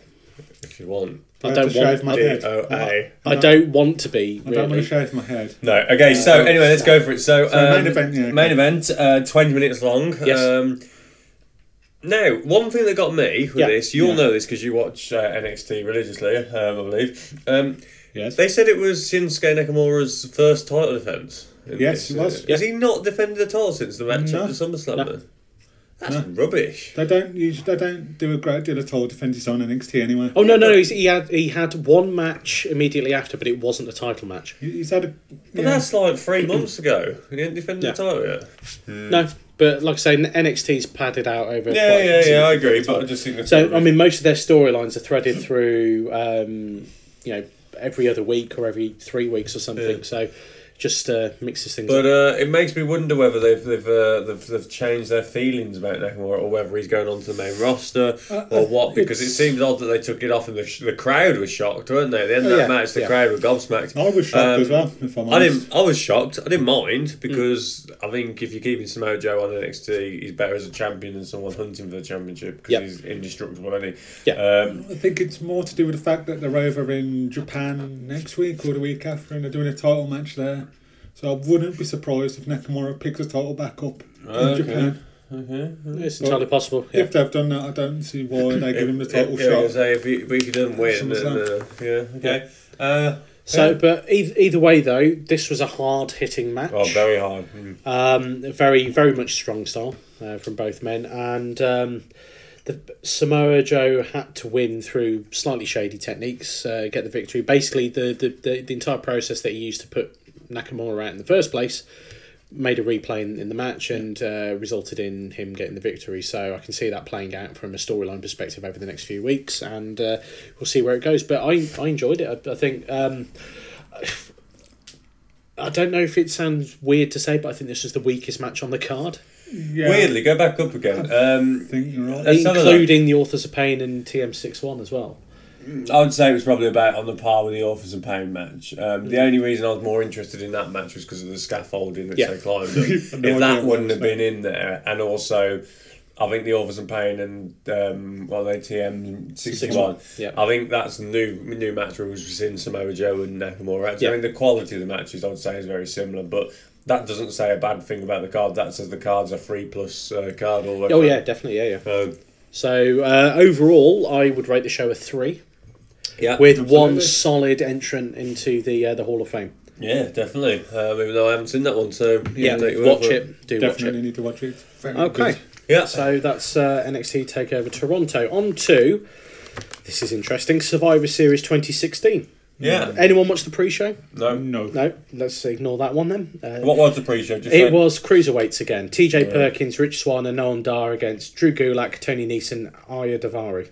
Speaker 5: if you want.
Speaker 4: I,
Speaker 3: don't
Speaker 4: have to shave
Speaker 3: want-
Speaker 4: my head.
Speaker 5: D-O-A.
Speaker 3: I don't want to be.
Speaker 4: I don't want
Speaker 3: Really.
Speaker 4: to shave my head.
Speaker 5: No. Okay. So anyway, let's go for it. So,
Speaker 4: So
Speaker 5: um,
Speaker 4: main event, yeah.
Speaker 5: Main event. Uh, Twenty minutes long.
Speaker 3: Yes.
Speaker 5: Um, now, one thing that got me with
Speaker 3: Yeah.
Speaker 5: this, you'll
Speaker 4: Yeah.
Speaker 5: know this because you watch uh, NXT religiously, um, I believe. Um,
Speaker 4: Yes.
Speaker 5: they said it was Shinsuke Nakamura's first title defense. in
Speaker 4: Yes,
Speaker 5: this. uh,
Speaker 4: it was.
Speaker 5: Has he not defended the title since the match
Speaker 4: No.
Speaker 5: at the SummerSlam?
Speaker 3: No.
Speaker 5: then? That's rubbish.
Speaker 4: They don't. Use, they don't do a great deal at all defenses on NXT anyway.
Speaker 3: Oh no no! He's, he had he had one match immediately after, but it wasn't a title match.
Speaker 4: He- He's had a.
Speaker 5: But
Speaker 4: yeah.
Speaker 5: that's like three months ago. He didn't defend
Speaker 3: Yeah.
Speaker 5: the title yet.
Speaker 3: No, but like I say, NXT's padded out over.
Speaker 5: Yeah,
Speaker 3: quite-
Speaker 5: yeah, yeah. I agree, but I just think that's
Speaker 3: So I
Speaker 5: rubbish.
Speaker 3: mean, most of their storylines are threaded through, um, you know, every other week or every three weeks or something.
Speaker 5: Yeah.
Speaker 3: So just uh, mixes things.
Speaker 5: But
Speaker 3: up.
Speaker 5: uh, it makes me wonder whether they've they've, uh, they've they've changed their feelings about Nakamura or whether he's going on to the main roster or what because it
Speaker 4: Uh, it's-
Speaker 5: seems odd that they took it off and the, sh- the crowd was shocked, weren't they? At the end of
Speaker 3: Oh,
Speaker 5: that
Speaker 3: yeah,
Speaker 5: match, the
Speaker 3: yeah.
Speaker 5: crowd were gobsmacked.
Speaker 4: I was shocked
Speaker 5: Um,
Speaker 4: as well. If I'm
Speaker 5: I
Speaker 4: honest.
Speaker 5: didn't. I was shocked. I didn't mind because I think if you're keeping Samoa Joe on NXT, he's better as a champion than someone hunting for the championship because
Speaker 3: Yep.
Speaker 5: he's indestructible, isn't he?
Speaker 3: Yeah.
Speaker 5: Um,
Speaker 4: I think it's more to do with the fact that they're over in Japan next week or the week after, and they're doing a title match there. So I wouldn't be surprised if Nakamura picks the title back up
Speaker 5: Okay.
Speaker 4: in Japan.
Speaker 5: uh,
Speaker 3: it's entirely possible. Yeah.
Speaker 4: If they've done that, I don't see why they give him the
Speaker 5: yeah,
Speaker 4: title
Speaker 5: yeah, I was
Speaker 4: shot.
Speaker 5: gonna say, if he, but if he doesn't win, then,
Speaker 4: SummerSlam.
Speaker 5: uh, yeah, okay. Uh,
Speaker 3: So,
Speaker 5: yeah.
Speaker 3: but either, either way though, this was a hard hitting match.
Speaker 5: oh, very hard. Mm.
Speaker 3: Um, very, very much strong style uh, from both men, and um, the Samoa Joe had to win through slightly shady techniques, uh, get the victory. Basically, the, the, the, the entire process that he used to put Nakamura out in the first place made a replay in, in the match and uh, resulted in him getting the victory. So I can see that playing out from a storyline perspective over the next few weeks, and uh, we'll see where it goes. But I, I enjoyed it. I, I think. Um, I don't know if it sounds weird to say, but I think this was the weakest match on the card,
Speaker 4: Yeah,
Speaker 5: Weirdly, go back up again. Um,
Speaker 4: I think you're right.
Speaker 5: Let's have a look.
Speaker 3: including the Authors of Pain and TM61 as well.
Speaker 5: I would say it was probably about on the par with the Authors and Pain match. Um, the only reason I was more interested in that match was because of the scaffolding that
Speaker 3: Yeah.
Speaker 5: they climbed. Up. if
Speaker 4: No idea
Speaker 5: that
Speaker 4: what
Speaker 5: wouldn't
Speaker 4: it's
Speaker 5: have been in there, and also. I think the Authors and Pain and um, well they TM sixty one.
Speaker 3: Yeah.
Speaker 5: I think that's new new match rules within Samoa Joe and Nakamura. Actually,
Speaker 3: Yeah.
Speaker 5: I mean the quality of the matches I would say is very similar, but that doesn't say a bad thing about the card. That says the cards are free plus uh, card all the way.
Speaker 3: Oh
Speaker 5: through.
Speaker 3: yeah, definitely, yeah, yeah.
Speaker 5: Um,
Speaker 3: So uh, overall, I would rate the show a three,
Speaker 5: yeah.
Speaker 3: with one solid entrant into the uh, the Hall of Fame.
Speaker 5: Yeah, definitely. Um, even though I haven't seen that one, so
Speaker 3: Yeah,
Speaker 5: take your word
Speaker 3: watch
Speaker 5: for
Speaker 3: it. Do
Speaker 4: Definitely
Speaker 3: watch
Speaker 4: need to watch it. It's very
Speaker 3: it. Okay.
Speaker 4: good.
Speaker 5: Yeah.
Speaker 3: So that's uh, NXT Takeover Toronto. On to this is interesting Survivor Series 2016.
Speaker 5: yeah.
Speaker 3: Anyone watch the pre-show?
Speaker 5: No.
Speaker 4: No.
Speaker 3: No. Let's ignore that one then. Uh,
Speaker 5: What was the pre-show? Just
Speaker 3: it
Speaker 5: say-
Speaker 3: was cruiserweights again. T.J. Perkins, Rich Swan, and Noam Dar against Drew Gulak, Tony Neeson, Aya Davari,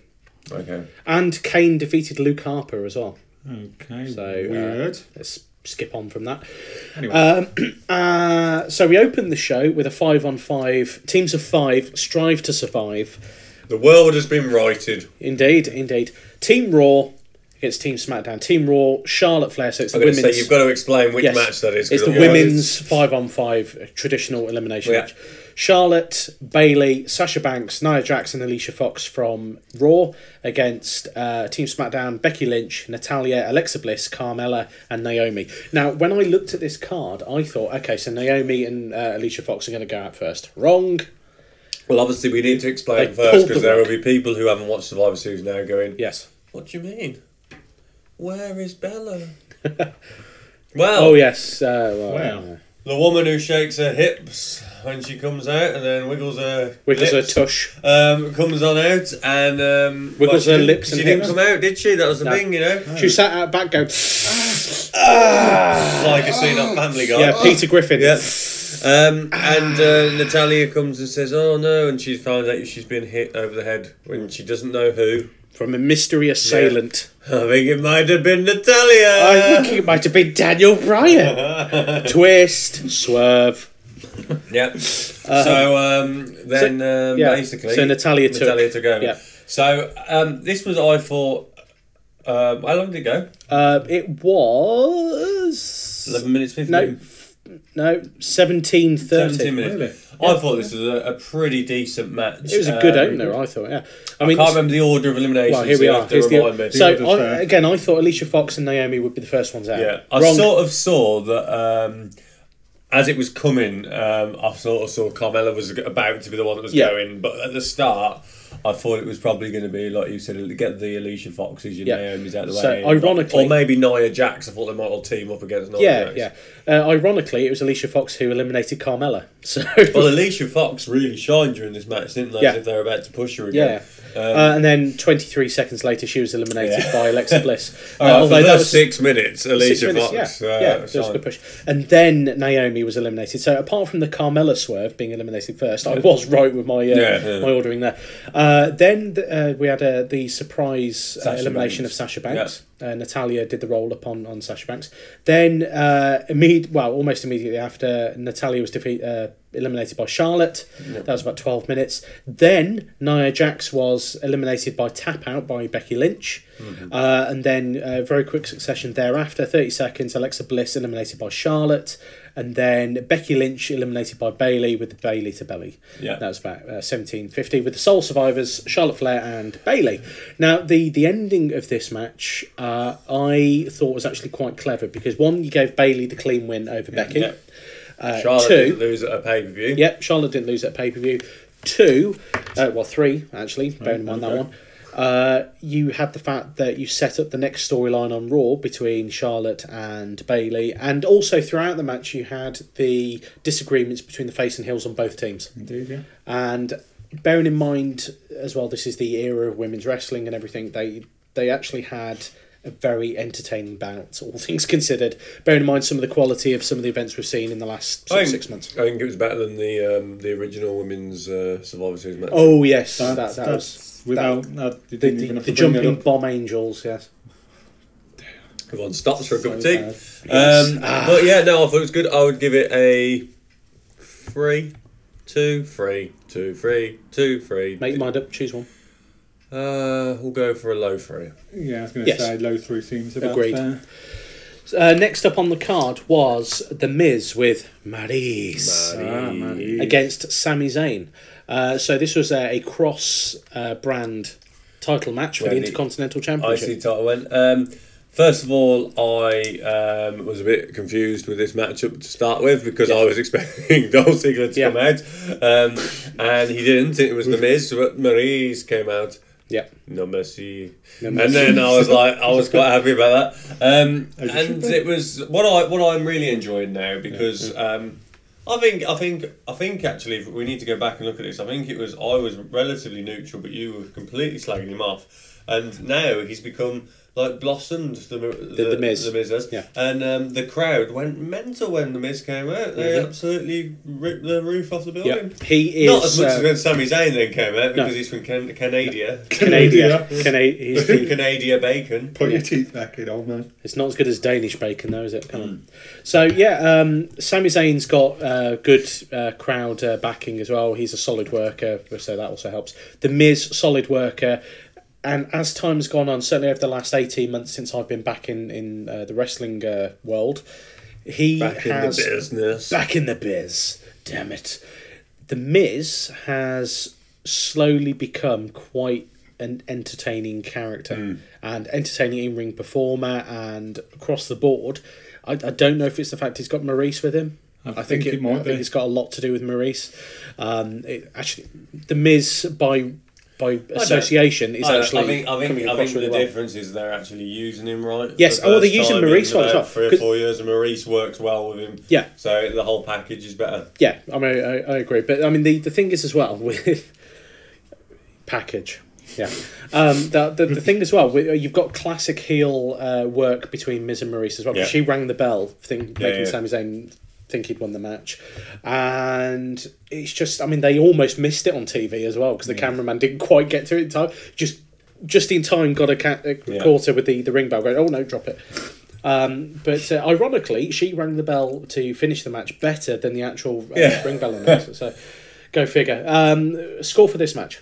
Speaker 5: Okay.
Speaker 3: and Kane defeated Luke Harper as well.
Speaker 4: Okay.
Speaker 3: So uh,
Speaker 4: weird.
Speaker 3: let's skip on from that. Um,
Speaker 4: Anyway,
Speaker 3: Uh, so we opened the show with a five on five. Teams of five strive to survive.
Speaker 5: The world has been righted.
Speaker 3: Indeed, indeed. Team Raw against Team SmackDown. Team Raw, Charlotte Flair. So it's
Speaker 5: I'm
Speaker 3: the
Speaker 5: going
Speaker 3: women's.
Speaker 5: to say you've got to explain which
Speaker 3: Yes.
Speaker 5: match that is. 'cause
Speaker 3: It's the
Speaker 5: otherwise-
Speaker 3: women's five on five traditional elimination
Speaker 5: Yeah.
Speaker 3: match. Charlotte, Bailey, Sasha Banks, Nia Jax, and Alicia Fox from Raw against uh, Team SmackDown, Becky Lynch, Natalia, Alexa Bliss, Carmella, and Naomi. Now, when I looked at this card, I thought, okay, so Naomi and uh, Alicia Fox are going to go out first. Wrong.
Speaker 5: Well, obviously we need to explain
Speaker 3: They
Speaker 5: first
Speaker 3: pulled
Speaker 5: because
Speaker 3: the
Speaker 5: there will
Speaker 3: rug.
Speaker 5: be people who haven't watched Survivor Series now going,
Speaker 3: Yes.
Speaker 5: "What do you mean? Where is Bella?" well,
Speaker 3: Oh, yes. Uh, well,
Speaker 4: Wow.
Speaker 5: the woman who shakes her hips when she comes out and then wiggles her
Speaker 3: Wiggles her
Speaker 5: lips,
Speaker 3: tush.
Speaker 5: um, comes on out and um,
Speaker 3: Wiggles
Speaker 5: she
Speaker 3: her
Speaker 5: didn't-
Speaker 3: lips
Speaker 5: She
Speaker 3: and
Speaker 5: didn't
Speaker 3: hips.
Speaker 5: come out, did she? That was the
Speaker 3: No.
Speaker 5: thing, you know.
Speaker 3: She sat out back going,
Speaker 5: Ah.
Speaker 3: Ah.
Speaker 5: Like a scene on Family Guy.
Speaker 3: yeah, Peter Griffin.
Speaker 5: Yeah. Um, and uh, Natalia comes and says, "Oh no!" and she finds out she's been hit over the head when she doesn't know who.
Speaker 3: From a mystery assailant.
Speaker 5: I think it might have been
Speaker 3: I
Speaker 5: Natalia.
Speaker 3: think it might have been Daniel Bryan. Twist, swerve.
Speaker 5: yep. so um, then, um,
Speaker 3: Uh-huh. yeah.
Speaker 5: basically,
Speaker 3: So Natalia took-
Speaker 5: Natalia took over.
Speaker 3: yeah.
Speaker 5: So um, this was I thought. Um, how long did it go?
Speaker 3: Uh, it was
Speaker 5: Eleven minutes fifteen.
Speaker 3: no, f- no, seventeen thirty.
Speaker 5: Seventeen minutes.
Speaker 4: Really?
Speaker 5: I thought this was a, a pretty decent match. um,
Speaker 3: It was a good opener, I thought. Yeah, I mean,
Speaker 5: uh, Can't remember the order of elimination.
Speaker 3: well, here
Speaker 5: so
Speaker 3: we
Speaker 5: you'll
Speaker 3: are.
Speaker 5: have to
Speaker 3: Here's
Speaker 5: remind
Speaker 3: the,
Speaker 5: me.
Speaker 3: so
Speaker 4: order's
Speaker 3: I,
Speaker 4: there.
Speaker 3: again, I thought Alicia Fox and Naomi would be the first ones out.
Speaker 5: Yeah, I
Speaker 3: Wrong.
Speaker 5: sort of saw that um, as it was coming. Um, I sort of saw Carmella was about to be the one that was
Speaker 3: Yeah.
Speaker 5: going, but at the start, I thought it was probably going to be like you said, get the Alicia Foxes, your
Speaker 3: Yeah.
Speaker 5: Naomi's out of the
Speaker 3: So,
Speaker 5: way,
Speaker 3: ironically-
Speaker 5: or maybe Nia Jax. I thought they might all team up against Nia
Speaker 3: yeah,
Speaker 5: Jax.
Speaker 3: yeah. Uh, ironically, it was Alicia Fox who eliminated Carmella. So
Speaker 5: Well, Alicia Fox really shined during this match, didn't they?
Speaker 3: Yeah.
Speaker 5: As if they were about to push her again.
Speaker 3: yeah. uh, and then 23 seconds later, she was eliminated
Speaker 5: Yeah.
Speaker 3: by Alexa Bliss.
Speaker 5: All right,
Speaker 3: Uh,
Speaker 5: for the first six minutes, Alicia
Speaker 3: Six minutes,
Speaker 5: Fox.
Speaker 3: yeah,
Speaker 5: uh,
Speaker 3: yeah, that was a
Speaker 5: shined.
Speaker 3: good push. And then Naomi was eliminated. So apart from the Carmella swerve being eliminated first, I was right with my uh,
Speaker 5: Yeah, yeah.
Speaker 3: my ordering there. Uh, then uh, we had uh, the surprise uh,
Speaker 5: Sasha
Speaker 3: elimination
Speaker 5: Banks.
Speaker 3: of Sasha Banks. Uh, Natalia did the roll up on, on Sasha Banks. Then, uh, imme- well, almost immediately after, Natalia was defeat, uh, eliminated by Charlotte. That was about 12 minutes. Then, Nia Jax was eliminated by tap out by Becky Lynch. Uh, and then, uh, very quick succession thereafter 30 seconds, Alexa Bliss eliminated by Charlotte. And then Becky Lynch eliminated by Bailey with the Bailey to Belly.
Speaker 5: Yeah.
Speaker 3: That was about uh, 1750 with the sole survivors Charlotte Flair and Bailey. Now the the ending of this match uh, I thought was actually quite clever because one you gave Bailey the clean win over Becky.
Speaker 5: yeah.
Speaker 3: Uh,
Speaker 5: Charlotte
Speaker 3: two,
Speaker 5: didn't lose at a pay per view.
Speaker 3: Yep, Charlotte didn't lose at pay per view. Two, uh, well, three actually. Bearing in mind that one, uh, you had the fact that you set up the next storyline on Raw between Charlotte and Bailey, and also throughout the match you had the disagreements between the face and heels on both teams.
Speaker 4: indeed, yeah.
Speaker 3: And bearing in mind as well, this is the era of women's wrestling and everything. They they actually had a very entertaining bout, all things considered. Bearing in mind some of the quality of some of the events we've seen in the last sort
Speaker 5: I
Speaker 3: of
Speaker 5: think-
Speaker 3: six months.
Speaker 5: I think it was better than the um, the original women's uh, Survivor Series match.
Speaker 3: Oh yes, that,
Speaker 4: That's,
Speaker 3: that was
Speaker 4: that's without that,
Speaker 3: the,
Speaker 4: you didn't
Speaker 3: the,
Speaker 4: even have
Speaker 3: the
Speaker 4: to bring that
Speaker 3: jumping
Speaker 4: up.
Speaker 3: bomb angels. Yes,
Speaker 5: Everyone stops for a cup of
Speaker 4: So
Speaker 5: tea.
Speaker 4: bad.
Speaker 5: Um,
Speaker 3: Ah.
Speaker 5: But yeah, no, I thought it was good. I would give it a three, two, three, two, three, two, three.
Speaker 3: make your mind up. Choose one.
Speaker 5: Uh, we'll go for a low three.
Speaker 4: Yeah, I was going to
Speaker 3: Yes.
Speaker 4: say low three seems about
Speaker 3: Agreed.
Speaker 4: fair.
Speaker 3: Uh, next up on the card was the Miz with Maryse
Speaker 4: Ah, man, he-
Speaker 3: against Sami Zayn. Uh, so this was a, a cross uh, brand title match for
Speaker 5: Well,
Speaker 3: the
Speaker 5: the-
Speaker 3: Intercontinental
Speaker 5: I
Speaker 3: Championship.
Speaker 5: see title win. Um, first of all, I um, was a bit confused with this matchup to start with because I was expecting Dolph Ziggler to
Speaker 3: Yeah. Mm-hmm.
Speaker 5: come out, um, and he didn't. It was the Miz, but Maryse came out.
Speaker 3: Yeah.
Speaker 5: No mercy.
Speaker 3: No
Speaker 5: and
Speaker 3: mercy. Oh,
Speaker 5: then I was like, I was quite happy about that. Um,
Speaker 3: you should
Speaker 5: and
Speaker 3: be.
Speaker 5: it was what I what I'm really enjoying now because um, I think I think I think actually if we need to go back and look at this. I think it was I was relatively neutral, but you were completely slagging him off, and now he's become. Like blossomed the the,
Speaker 3: The Miz.
Speaker 5: has.
Speaker 3: Yeah.
Speaker 5: and um, the crowd went mental when the Miz came out. They
Speaker 3: Mm-hmm.
Speaker 5: absolutely ripped the roof off the building.
Speaker 3: He
Speaker 5: Not
Speaker 3: is,
Speaker 5: as much
Speaker 3: uh,
Speaker 5: as when Sami Zayn then came out
Speaker 3: No.
Speaker 5: because he's from Can- Canada.
Speaker 3: Canada. Cana- he's the-
Speaker 5: Canada bacon.
Speaker 4: Put your teeth back in, old man.
Speaker 3: It's not as good as Danish bacon, though, is it? Come on. So yeah, um, Sami Zayn's got uh, good uh, crowd uh, backing as well. He's a solid worker, so that also helps. The Miz, solid worker, and as time's gone on, certainly over the last eighteen months since I've been back in in uh, the wrestling uh, world, he has
Speaker 5: business.
Speaker 3: back in the biz. Damn it. The Miz has slowly become quite an entertaining character
Speaker 5: Hmm.
Speaker 3: and entertaining in ring performer and across the board. I, I don't know if it's the fact he's got Maurice with him. I,
Speaker 4: think it might
Speaker 3: I think
Speaker 4: be.
Speaker 3: it's got a lot to do with Maurice. Um, it, actually, the Miz by by association is
Speaker 5: I,
Speaker 3: actually.
Speaker 5: I think, I think,
Speaker 3: coming
Speaker 5: I
Speaker 3: across
Speaker 5: think
Speaker 3: really
Speaker 5: the
Speaker 3: well.
Speaker 5: difference is they're actually using him right.
Speaker 3: Yes,
Speaker 5: the
Speaker 3: oh, well, they're
Speaker 5: first
Speaker 3: using
Speaker 5: time in
Speaker 3: Maurice well as
Speaker 5: about
Speaker 3: well,
Speaker 5: Three or
Speaker 3: 'cause-
Speaker 5: four years, and Maurice works well with him.
Speaker 3: Yeah.
Speaker 5: So the whole package is better.
Speaker 3: Yeah, I mean, I, I agree. But I mean, the, the thing is as well with package. Yeah, um, the, the the thing as well, with- you've got classic heel uh, work between Miz and Maurice as well. 'cause
Speaker 5: Yeah.
Speaker 3: She rang the bell, thing,
Speaker 5: Yeah,
Speaker 3: making
Speaker 5: yeah.
Speaker 3: Sami Zayn think he'd won the match, and it's just, I mean, they almost missed it on TV as well because the cameraman didn't quite get to it in time. Just just in time, got a, ca- a
Speaker 5: Yeah.
Speaker 3: quarter with the the ring bell going. Oh no, drop it. Um, but uh, ironically, she rang the bell to finish the match better than the actual uh,
Speaker 5: Yeah.
Speaker 3: ring bell announcer. so, go figure. Um, score for this match,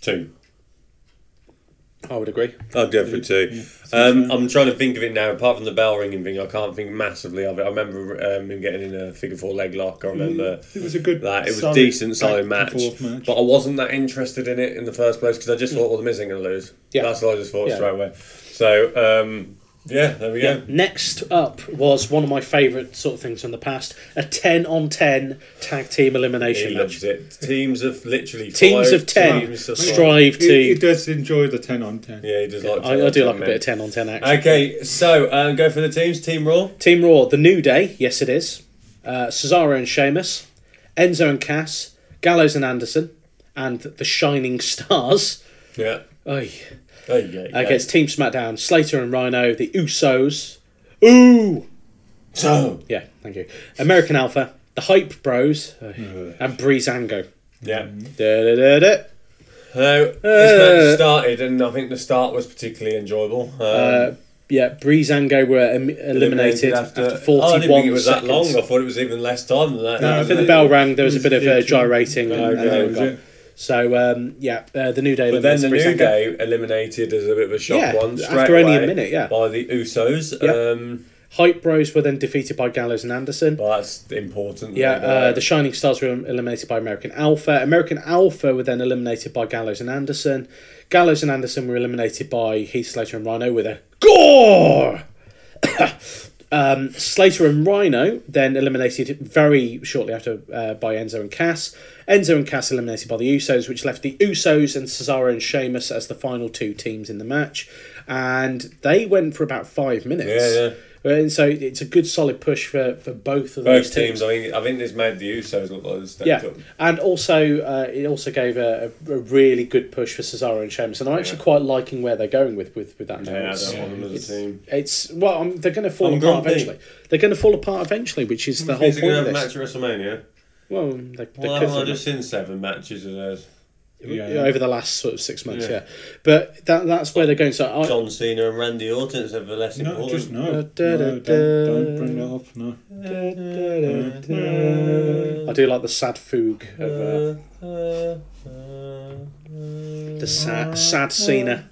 Speaker 5: Two.
Speaker 3: I would agree.
Speaker 5: I'd go for two. Um, I'm trying to think of it now. Apart from the bell ringing thing, I can't think massively of it. I remember um, him getting in a figure four leg lock. I remember
Speaker 3: Mm.
Speaker 4: It was a good,
Speaker 5: that. It was
Speaker 4: solid
Speaker 5: decent, solid
Speaker 4: back
Speaker 5: match,
Speaker 4: and forth match.
Speaker 5: but I wasn't that interested in it in the first place because I just thought, well, the Miz ain't gonna lose.
Speaker 3: Mm. Yeah.
Speaker 5: that's what I just thought
Speaker 3: Yeah.
Speaker 5: straight away. So um, yeah, there we go.
Speaker 3: Next up was one of my favourite sort of things from the past: a ten on ten tag team elimination
Speaker 5: He
Speaker 3: match.
Speaker 5: loves it. Teams of literally
Speaker 3: Teams
Speaker 5: five
Speaker 3: of ten
Speaker 5: teams of five.
Speaker 3: strive
Speaker 4: He, he
Speaker 3: to.
Speaker 4: does enjoy the 10 on 10.
Speaker 5: Yeah, he does like.
Speaker 3: I, I do like a
Speaker 5: men.
Speaker 3: bit of ten on ten action.
Speaker 5: Okay, so um, go for the teams. Team Raw.
Speaker 3: Team Raw, The New Day, yes it is. Uh, Cesaro and Sheamus, Enzo and Cass, Gallows and Anderson, and The Shining Stars.
Speaker 5: Yeah.
Speaker 3: Oy.
Speaker 5: There you go.
Speaker 3: Okay, it's Uh, Team SmackDown, Slater and Rhino, The Usos. Ooh!
Speaker 5: So
Speaker 3: Yeah, thank you. American Alpha, The Hype Bros, Oy. and Breezango.
Speaker 5: yeah.
Speaker 3: Da-da-da-da.
Speaker 5: So this match started, and I think the start was particularly enjoyable. Um,
Speaker 3: Uh, yeah, Breezango were em- eliminated after, 41
Speaker 5: Oh, I didn't think it was
Speaker 3: seconds.
Speaker 5: that long. I thought it was even less time than that.
Speaker 4: No, I
Speaker 3: I think the
Speaker 5: But
Speaker 3: bell rang, there was a
Speaker 4: It was
Speaker 3: bit of uh,
Speaker 4: 18.
Speaker 3: gyrating. and- and
Speaker 5: Okay.
Speaker 3: they were
Speaker 5: Was
Speaker 3: gone.
Speaker 4: it?
Speaker 3: So, um, yeah, uh, the New Day
Speaker 5: then
Speaker 3: eliminated
Speaker 5: the New
Speaker 3: Breezango.
Speaker 5: Day eliminated as a bit of a shock
Speaker 3: Yeah,
Speaker 5: one
Speaker 3: after
Speaker 5: straight
Speaker 3: only a
Speaker 5: away
Speaker 3: minute, yeah.
Speaker 5: by the Usos.
Speaker 3: Yeah.
Speaker 5: Um,
Speaker 3: Hype Bros were then defeated by Gallows and Anderson.
Speaker 5: well, that's important.
Speaker 3: yeah, uh,
Speaker 5: But-
Speaker 3: the Shining Stars were eliminated by American Alpha. American Alpha were then eliminated by Gallows and Anderson. Gallows and Anderson were eliminated by Heath Slater and Rhino with a gore. um, Slater and Rhino then eliminated very shortly after uh, by Enzo and Cass. Enzo and Cass eliminated by the Usos, which left the Usos and Cesaro and Sheamus as the final two teams in the match, and they went for about five minutes.
Speaker 5: Yeah, yeah.
Speaker 3: And so it's a good solid push for, for both of those
Speaker 5: both teams. I think I think this made the Usos look like they stepped
Speaker 3: yeah,
Speaker 5: up.
Speaker 3: and also uh, it also gave a, a, a really good push for Cesaro and Sheamus, and I'm actually quite liking where they're going with with, with that now.
Speaker 5: Yeah, I
Speaker 3: it's,
Speaker 5: don't want them as a team.
Speaker 3: it's- well, um they're going to fall
Speaker 5: I'm
Speaker 3: apart
Speaker 5: grumpy.
Speaker 3: eventually. They're going to fall apart eventually, which is the whole
Speaker 5: Is it
Speaker 3: point
Speaker 5: going
Speaker 3: of
Speaker 5: to have a
Speaker 3: this.
Speaker 5: match at WrestleMania?
Speaker 3: Well, they, they
Speaker 5: Well,
Speaker 3: could
Speaker 5: haven't I
Speaker 3: have
Speaker 5: just seen seven matches of those?
Speaker 3: yeah,
Speaker 4: Yeah.
Speaker 3: over the last sort of six months. Yeah,
Speaker 5: Yeah.
Speaker 3: but that that's where they're going. So I,
Speaker 5: John Cena and Randy Orton is ever less
Speaker 4: No,
Speaker 5: important.
Speaker 4: just no.
Speaker 3: Da,
Speaker 4: no
Speaker 3: da, da,
Speaker 4: don't,
Speaker 3: da.
Speaker 4: don't bring that up. No.
Speaker 3: I do like the sad fugue of uh, the sad, sad Cena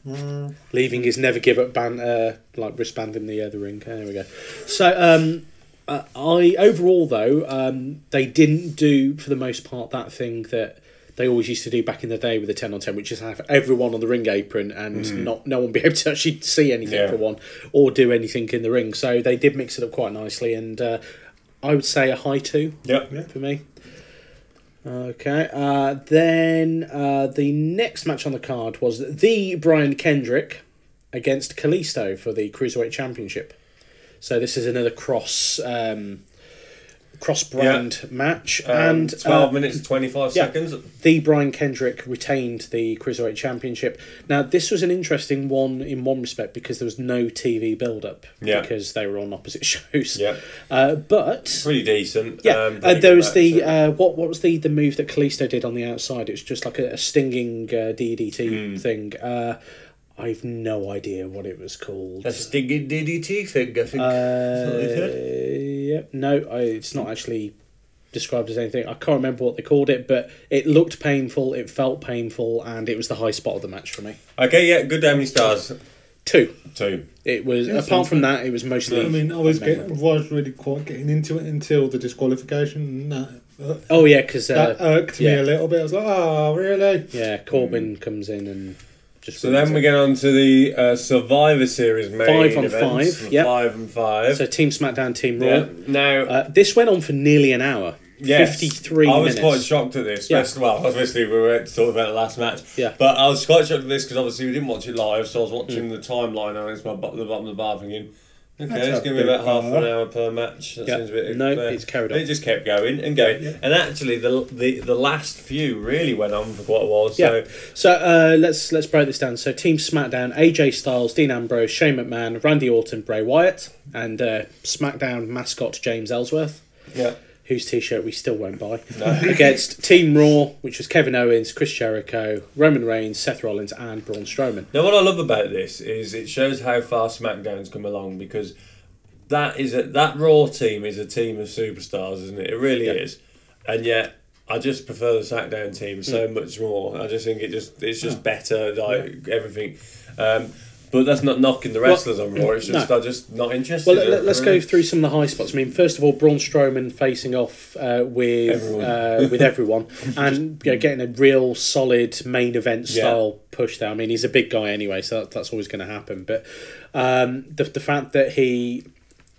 Speaker 3: leaving his never give up band, uh, like wristband in the uh, the ring. There we go. So um, uh, I overall though um, they didn't do for the most part that thing that they always used to do back in the day with the ten on ten, which is have everyone on the ring apron and not no one be able to actually see anything
Speaker 5: Yeah.
Speaker 3: for one or do anything in the ring. So they did mix it up quite nicely, and uh, I would say a high two
Speaker 5: Yep.
Speaker 3: for me. Okay. Uh, then uh, the next match on the card was the Brian Kendrick against Kalisto for the Cruiserweight Championship. So this is another cross um, cross brand match,
Speaker 5: And
Speaker 3: and
Speaker 5: 12
Speaker 3: uh,
Speaker 5: Um, minutes, 25
Speaker 3: yeah.
Speaker 5: seconds.
Speaker 3: the Brian Kendrick retained the Cruiserweight Championship. Now, this was an interesting one in one respect because there was no TV build up
Speaker 5: Yeah.
Speaker 3: because they were on opposite shows.
Speaker 5: Yeah.
Speaker 3: Uh, but
Speaker 5: Pretty decent.
Speaker 3: yeah,
Speaker 5: Um,
Speaker 3: uh,
Speaker 5: pretty
Speaker 3: there
Speaker 5: good
Speaker 3: was the
Speaker 5: match.
Speaker 3: uh, what what was the the move that Kalisto did on the outside? It was just like a, a stinging uh, DDT
Speaker 5: Hmm.
Speaker 3: thing. Uh, I've no idea what it was called.
Speaker 5: That's a stinking DDT thing, I think. That's what they
Speaker 3: Uh,
Speaker 5: said.
Speaker 3: yep. No, I, it's not actually described as anything. I can't remember what they called it, but it looked painful, it felt painful, and it was the high spot of the match for me.
Speaker 5: okay, yeah, good. How many stars?
Speaker 3: Two.
Speaker 5: Two.
Speaker 3: It was
Speaker 4: Yeah,
Speaker 3: apart
Speaker 4: sounds
Speaker 3: from that, it was mostly.
Speaker 4: I mean, I was
Speaker 3: memorable.
Speaker 4: getting, was really quite getting into it until the disqualification. and That, uh,
Speaker 3: Oh yeah, because
Speaker 4: that
Speaker 3: uh,
Speaker 4: irked me
Speaker 3: yeah.
Speaker 4: a little bit. I was like, oh, really?
Speaker 3: yeah, Corbin comes in and just.
Speaker 5: Hmm. So
Speaker 3: wins
Speaker 5: then
Speaker 3: it.
Speaker 5: we get on to the uh, Survivor Series main
Speaker 3: Five on
Speaker 5: events.
Speaker 3: five, yep.
Speaker 5: Five and five.
Speaker 3: So Team SmackDown, Team Raw.
Speaker 5: yeah. Now,
Speaker 3: Uh, this went on for nearly an hour.
Speaker 5: yes,
Speaker 3: Fifty-three.
Speaker 5: I was
Speaker 3: minutes.
Speaker 5: quite shocked at this.
Speaker 3: Yeah.
Speaker 5: especially- Well, obviously we were talking about the last match.
Speaker 3: Yeah. Mm.
Speaker 5: But I was quite shocked at this because obviously we didn't watch it live, so I was watching the timeline and it's my bottom, the bottom of the bar thinking. Okay,
Speaker 4: That's
Speaker 5: it's
Speaker 4: a
Speaker 5: going to be
Speaker 4: bit
Speaker 5: about half an
Speaker 4: hard.
Speaker 5: hour per match. That
Speaker 3: Yeah.
Speaker 5: seems a bit
Speaker 3: No,
Speaker 5: unfair.
Speaker 3: it's carried on.
Speaker 5: It just kept going and going. And actually, the, the the last few really went on for quite a while. So
Speaker 3: Yeah. So uh, let's let's break this down. So Team SmackDown: AJ Styles, Dean Ambrose, Shane McMahon, Randy Orton, Bray Wyatt, and uh, SmackDown mascot James Ellsworth,
Speaker 5: yeah.
Speaker 3: whose T-shirt we still won't buy, against Team Raw, which was Kevin Owens, Chris Jericho, Roman Reigns, Seth Rollins, and Braun Strowman.
Speaker 5: Now, what I love about this is it shows how far SmackDown's come along because that is a, that Raw team is a team of superstars, isn't it? It really is, and yet I just prefer the SmackDown team so
Speaker 3: Hmm.
Speaker 5: much more. I just think it just it's just better like everything. Um, but that's not knocking the wrestlers on Raw. It's just
Speaker 3: no.
Speaker 5: I'm just not interested.
Speaker 3: Well,
Speaker 5: in
Speaker 3: let,
Speaker 5: it,
Speaker 3: us
Speaker 5: really.
Speaker 3: go through some of the high spots. I mean, first of all, Braun Strowman facing off uh, with
Speaker 5: Everyone.
Speaker 3: Uh, with everyone, and you know, getting a real solid main event
Speaker 5: Yeah.
Speaker 3: style push there. I mean, he's a big guy anyway, so that, that's always going to happen. But um, the the fact that he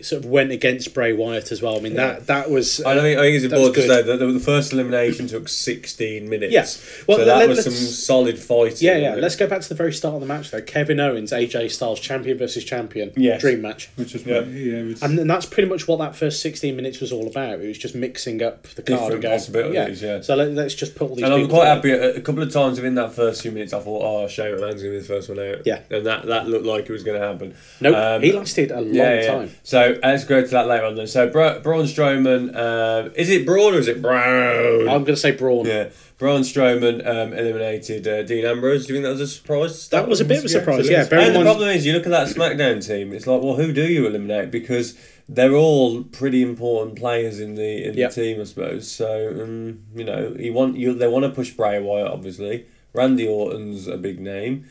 Speaker 3: sort of went against Bray Wyatt as well. I mean, that that was.
Speaker 5: I don't think I think it's
Speaker 3: that was
Speaker 5: important to say
Speaker 3: good.
Speaker 5: that the, the first elimination took sixteen minutes.
Speaker 3: Yeah. Well,
Speaker 5: so that
Speaker 3: let-
Speaker 5: was
Speaker 3: let's-
Speaker 5: some solid fighting.
Speaker 3: Yeah, yeah.
Speaker 5: wasn't it?
Speaker 3: Let's go back to the very start of the match though. Kevin Owens, AJ Styles, champion versus champion,
Speaker 5: Yes.
Speaker 3: dream match.
Speaker 4: Which is,
Speaker 5: Yeah.
Speaker 4: yeah, it's,
Speaker 3: And then that's pretty much what that first 16 minutes was all about. It was just mixing up the card
Speaker 5: Different
Speaker 3: and going.
Speaker 5: possibilities, yeah.
Speaker 3: So let, us just pull these
Speaker 5: And I'm
Speaker 3: people
Speaker 5: quite
Speaker 3: together.
Speaker 5: happy. A a couple of times within that first few minutes, I thought, "Oh, Shane McMahon's going to be the first one out."
Speaker 3: Yeah.
Speaker 5: and that, that looked like it was going to happen.
Speaker 3: Nope,
Speaker 5: Um,
Speaker 3: he lasted a long
Speaker 5: yeah, yeah.
Speaker 3: time.
Speaker 5: So let's go to that later on. Then, so Bra- Braun Strowman, um, is it Braun or is it Brown?
Speaker 3: I'm going to say Braun.
Speaker 5: yeah, Braun Strowman um, eliminated uh, Dean Ambrose. Do you think that was a surprise?
Speaker 3: That was a bit of a surprise, yeah. Bear in
Speaker 5: And the
Speaker 3: mind,
Speaker 5: problem is, you look at that SmackDown team. It's like, well, who do you eliminate? Because they're all pretty important players in the in
Speaker 3: Yep.
Speaker 5: the team, I suppose. So um, you know, you want you they want to push Bray Wyatt, obviously. Randy Orton's a big name.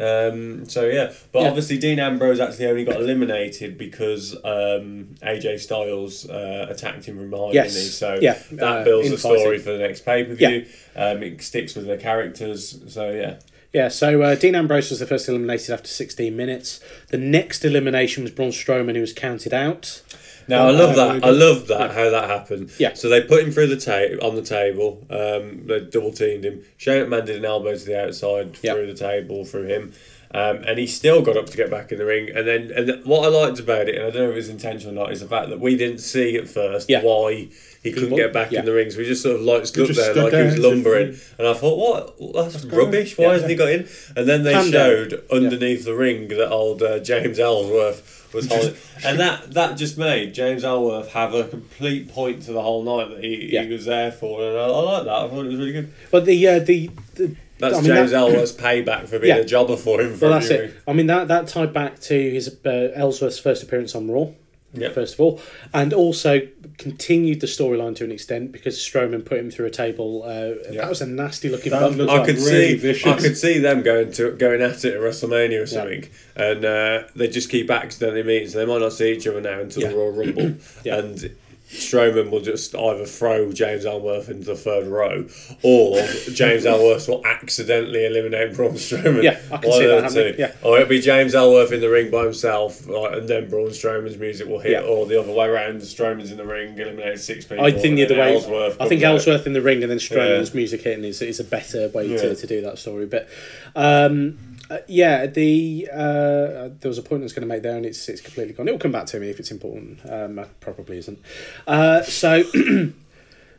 Speaker 5: Um, so yeah, but
Speaker 3: Yeah.
Speaker 5: obviously Dean Ambrose actually only got eliminated because um, AJ Styles uh, attacked him from behind.
Speaker 3: Yes.
Speaker 5: didn't he? So
Speaker 3: Yeah,
Speaker 5: that
Speaker 3: uh,
Speaker 5: builds a
Speaker 3: infighting.
Speaker 5: story for the next pay per view. Um, it sticks with the characters. So yeah,
Speaker 3: yeah, so uh, Dean Ambrose was the first eliminated after 16 minutes. The next elimination was Braun Strowman, who was counted out.
Speaker 5: Now I love
Speaker 4: Oh,
Speaker 5: that. I love that how that happened.
Speaker 3: uh, Yeah.
Speaker 5: So they put him through the table on the table. Um, they double teamed him. Shane McMahon did an elbow to the outside
Speaker 3: Yeah.
Speaker 5: through the table through him, um, and he still got up to get back in the ring. And then and th- what I liked about it, and I don't know if it's intentional or not, is the fact that we didn't see at first
Speaker 3: Yeah.
Speaker 5: why he couldn't
Speaker 3: wa-
Speaker 5: get back
Speaker 3: yeah.
Speaker 5: in the ring. So he just sort of like stood
Speaker 4: just
Speaker 5: there
Speaker 4: stood
Speaker 5: like he
Speaker 4: there
Speaker 5: was
Speaker 4: as if-
Speaker 5: lumbering, and I thought, what? Well, That's rubbish. Why
Speaker 3: Yeah.
Speaker 5: hasn't he got in? And then they
Speaker 3: Hand down.
Speaker 5: showed underneath the ring that old uh, James Ellsworth was holding, and that that just made James Ellsworth have a complete point to the whole night that he,
Speaker 3: Yeah.
Speaker 5: he was there for, and I, I like that. I thought it was really good.
Speaker 3: But the uh, the, the
Speaker 5: That's
Speaker 3: I mean,
Speaker 5: James
Speaker 3: that-
Speaker 5: Ellsworth's payback for being
Speaker 3: Yeah.
Speaker 5: a jobber for him. For
Speaker 3: Well, that's
Speaker 5: a few
Speaker 3: it.
Speaker 5: weeks.
Speaker 3: I mean, that, that tied back to his uh, Ellsworth's first appearance on Raw,
Speaker 5: Yep.
Speaker 3: first of all, and also continued the storyline to an extent because Strowman put him through a table. Uh, That was a nasty looking
Speaker 4: That
Speaker 3: bump.
Speaker 4: looked
Speaker 5: I
Speaker 4: like
Speaker 5: could
Speaker 4: really
Speaker 5: see,
Speaker 4: vicious.
Speaker 5: I could see them going to going at it at WrestleMania or something, and uh, they just keep accidentally meeting, so they might not see each other now until
Speaker 3: Yeah.
Speaker 5: the Royal Rumble,
Speaker 3: Yeah.
Speaker 5: and Strowman will just either throw James Ellsworth into the third row, or James Ellsworth will accidentally eliminate Braun Strowman.
Speaker 3: Yeah, I can
Speaker 5: One
Speaker 3: see
Speaker 5: of
Speaker 3: that
Speaker 5: the
Speaker 3: happening,
Speaker 5: two.
Speaker 3: yeah.
Speaker 5: Or it'll be James Ellsworth in the ring by himself, like, and then Braun Strowman's music will hit,
Speaker 3: Yeah.
Speaker 5: or the other way around, Strowman's in the ring, eliminated six people.
Speaker 3: I think the
Speaker 5: and
Speaker 3: other
Speaker 5: then
Speaker 3: way.
Speaker 5: Ellsworth
Speaker 3: I think
Speaker 5: comes out.
Speaker 3: Ellsworth in the ring and then Strowman's
Speaker 5: Yeah.
Speaker 3: music hitting is, is a better way
Speaker 5: Yeah.
Speaker 3: to, to do that story. But um, uh, yeah, the uh, there was a point I was going to make there, and it's it's completely gone. It'll come back to me if it's important. Um, it probably isn't. Uh, so.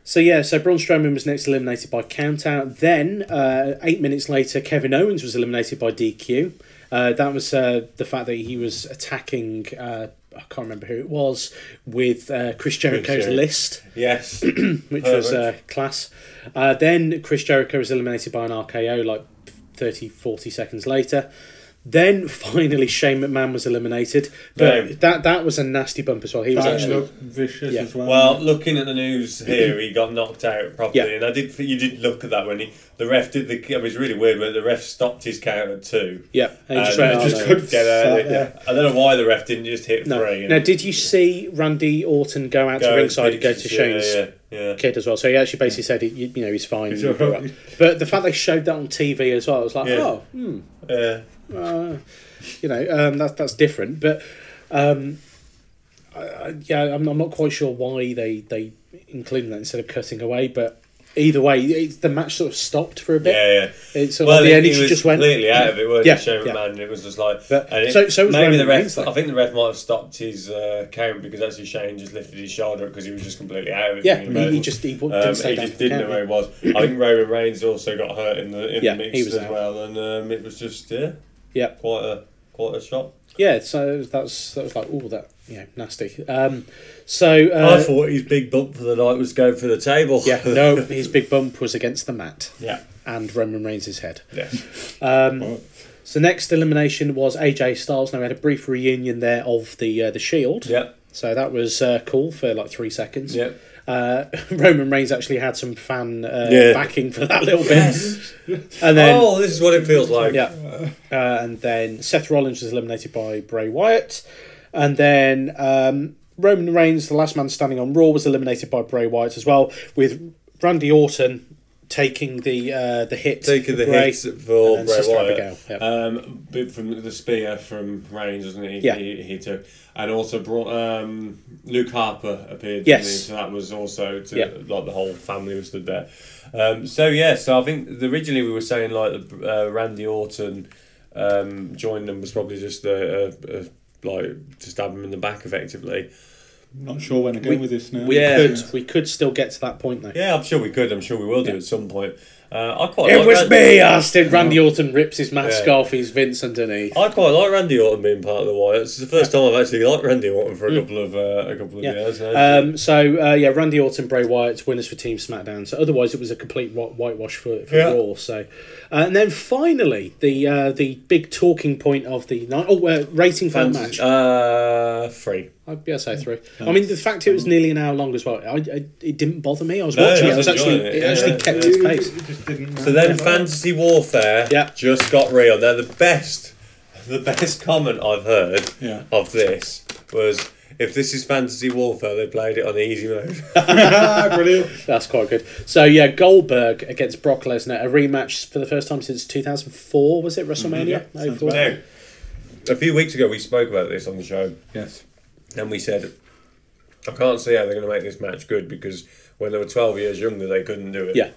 Speaker 3: So yeah, so Braun Strowman was next eliminated by countout. Then uh, eight minutes later, Kevin Owens was eliminated by DQ. Uh, that was uh, the fact that he was attacking. Uh, I can't remember who it was with uh, Chris Jericho's
Speaker 5: Jericho.
Speaker 3: list
Speaker 5: Yes.
Speaker 3: which
Speaker 5: Oh,
Speaker 3: was uh, class. Uh, then Chris Jericho was eliminated by an RKO like 30, 40 seconds later. Then finally Shane McMahon was eliminated. But
Speaker 5: Damn.
Speaker 3: that that was a nasty bump as well. He was
Speaker 4: That
Speaker 3: actually
Speaker 4: looked vicious
Speaker 3: Yeah.
Speaker 4: as well.
Speaker 5: Well, looking at the news here, he got knocked out properly,
Speaker 3: Yeah.
Speaker 5: and I did. You did look at that when he the ref did the. I mean, it's really weird, but the ref stopped his count at two.
Speaker 3: yeah. And he just went, "Oh,
Speaker 5: And he Uh, just
Speaker 3: no."
Speaker 5: couldn't get out. of it.
Speaker 4: Yeah.
Speaker 5: I don't know why the ref didn't just hit
Speaker 3: No.
Speaker 5: three. and
Speaker 3: Now, did you see Randy Orton go out
Speaker 5: go
Speaker 3: to ringside and go to
Speaker 5: pictures?
Speaker 3: Shane's
Speaker 5: Yeah, yeah, yeah.
Speaker 3: kid as well? So he actually basically said, he, you know, he's fine.
Speaker 4: He's all right.
Speaker 3: But the fact they showed that on TV as well, I was like,
Speaker 5: Yeah.
Speaker 3: oh, hmm.
Speaker 5: yeah.
Speaker 3: you know um, that's that's different. But um, I, I, yeah, I'm, I'm not quite sure why they they included that instead of cutting away. But either way, it's, the match sort of stopped for a bit.
Speaker 5: Yeah, yeah.
Speaker 3: It's sort of like the
Speaker 5: he-
Speaker 3: energy
Speaker 5: he was
Speaker 3: just went.
Speaker 5: completely out of it, weren't
Speaker 3: Yeah,
Speaker 5: he, Shane
Speaker 3: yeah.
Speaker 5: McMahon? It was just like
Speaker 3: But-
Speaker 5: and it,
Speaker 3: so- so was
Speaker 5: maybe
Speaker 3: Roman
Speaker 5: the ref.
Speaker 3: Reigns, like-
Speaker 5: I think the ref might have stopped his uh, count because actually Shane just lifted his shoulder because he was just completely out of it.
Speaker 3: Yeah,
Speaker 5: being
Speaker 3: he-
Speaker 5: available.
Speaker 3: he just- he w-
Speaker 5: um,
Speaker 3: didn't stay
Speaker 5: he
Speaker 3: down
Speaker 5: just
Speaker 3: for the
Speaker 5: didn't know
Speaker 3: count,
Speaker 5: where he was. I think Roman Reigns also got hurt in the in
Speaker 3: Yeah,
Speaker 5: the mix
Speaker 3: he was
Speaker 5: as
Speaker 3: out.
Speaker 5: well, and um, it was just yeah,
Speaker 3: Yeah,
Speaker 5: quite a quite a shock.
Speaker 3: yeah. So that's that was like oh that yeah nasty. Um, so
Speaker 5: I
Speaker 3: uh,
Speaker 5: thought his big bump for the night was going for the table.
Speaker 3: yeah, no, his big bump was against the mat
Speaker 5: yeah,
Speaker 3: and Roman Reigns' head.
Speaker 5: yeah.
Speaker 3: So next elimination was AJ Styles. Now we had a brief reunion there of the uh, the Shield.
Speaker 5: Yeah.
Speaker 3: So that was uh, cool for like three seconds.
Speaker 5: Yeah.
Speaker 3: Uh, Roman Reigns actually had some fan uh,
Speaker 5: Yeah.
Speaker 3: backing for that little bit, and then
Speaker 5: oh, this is what it feels like.
Speaker 3: yeah, uh, and then Seth Rollins was eliminated by Bray Wyatt, and then um, Roman Reigns, the last man standing on Raw, was eliminated by Bray Wyatt as well, with Randy Orton taking the uh, the hit,
Speaker 5: Taking the
Speaker 3: for Bray.
Speaker 5: hits
Speaker 3: and
Speaker 5: for
Speaker 3: then
Speaker 5: Bray
Speaker 3: Sister Abigail,
Speaker 5: Wyatt,
Speaker 3: yeah.
Speaker 5: um, bit from the spear from Reigns, wasn't it? He,
Speaker 3: Yeah.
Speaker 5: he, he took, and also brought um, Luke Harper appeared. didn't
Speaker 3: Yes.
Speaker 5: he? so that was also to
Speaker 3: Yeah.
Speaker 5: like the whole family was stood there. Um, so yeah, so I think originally we were saying like uh, Randy Orton um, joining them was probably just a, a, a like to stab him in the back effectively.
Speaker 4: Not sure when to go with this now.
Speaker 3: We
Speaker 5: Yeah.
Speaker 3: could we could still get to that point though.
Speaker 5: Yeah, I'm sure we could. I'm sure we will do at some point. Uh, I quite.
Speaker 3: It
Speaker 5: like
Speaker 3: was
Speaker 5: that- Oh.
Speaker 3: me, Austin. Randy Orton rips his mask
Speaker 5: Yeah.
Speaker 3: off. He's Vince underneath.
Speaker 5: I quite like Randy Orton being part of the Wyatts. It's the first time I've actually liked Randy Orton for a couple of uh, a couple
Speaker 3: Mm.
Speaker 5: of
Speaker 3: Yeah.
Speaker 5: years. now.
Speaker 3: Um, so uh, yeah, Randy Orton, Bray Wyatt, winners for Team SmackDown. So otherwise, it was a complete whi- whitewash for, for
Speaker 5: Yeah.
Speaker 3: Raw. So, uh, and then finally, the uh, the big talking point of the night. Oh, uh, rating for the match.
Speaker 5: Fantasy- uh, three.
Speaker 3: I'd yeah, say three. I mean, the fact it was nearly an hour long as well. I, I, it didn't bother me. I was
Speaker 5: No,
Speaker 3: watching
Speaker 5: I
Speaker 3: it. I was
Speaker 5: was
Speaker 3: actually it,
Speaker 5: enjoying it. Yeah,
Speaker 3: actually
Speaker 5: yeah,
Speaker 3: kept
Speaker 5: yeah.
Speaker 3: its pace.
Speaker 4: It just didn't
Speaker 5: So then, Fantasy Warfare
Speaker 3: Uh, Yeah.
Speaker 5: just got real. They're the best. The best comment I've heard
Speaker 4: Yeah.
Speaker 5: of this was if this is Fantasy Warfare, they played it on easy mode.
Speaker 4: ah, brilliant.
Speaker 3: That's quite good. So yeah, Goldberg against Brock Lesnar, a rematch for the first time since 2004. Was it WrestleMania? Oh,
Speaker 4: yeah, sounds
Speaker 3: 04?
Speaker 4: about
Speaker 5: now, a few weeks ago, we spoke about this on the show.
Speaker 4: Yes.
Speaker 5: And we said, I can't see how they're going to make this match good because when they were 12 years younger, they couldn't do it.
Speaker 3: Yeah.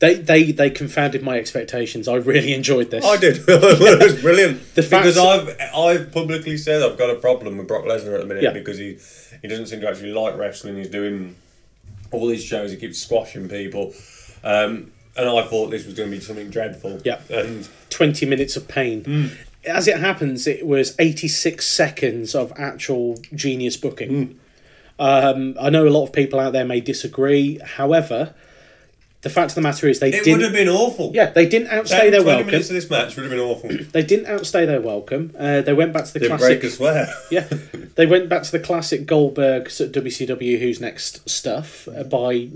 Speaker 3: They, they they confounded my expectations. I really enjoyed this.
Speaker 5: I did. it was brilliant.
Speaker 3: The fact-
Speaker 5: because I've I've publicly said I've got a problem with Brock Lesnar at the minute
Speaker 3: Yeah.
Speaker 5: because he he doesn't seem to actually like wrestling. He's doing all these shows. He keeps squashing people. Um, and I thought this was going to be something dreadful.
Speaker 3: Yeah.
Speaker 5: And
Speaker 3: 20 minutes of pain.
Speaker 5: Mm.
Speaker 3: As it happens, it was 86 seconds of actual genius booking.
Speaker 5: Mm.
Speaker 3: Um, I know a lot of people out there may disagree. However, the fact of the matter is they
Speaker 5: it would
Speaker 3: didn't.
Speaker 5: have been awful.
Speaker 3: yeah, they didn't outstay
Speaker 5: 10,
Speaker 3: their
Speaker 5: 20
Speaker 3: welcome.
Speaker 5: minutes of this match would have been awful.
Speaker 3: They didn't outstay their welcome. Uh, they went back to the
Speaker 5: Did
Speaker 3: classic.
Speaker 5: break a swear.
Speaker 3: yeah, they went back to the classic Goldberg sort of WCW Who's Next stuff uh, by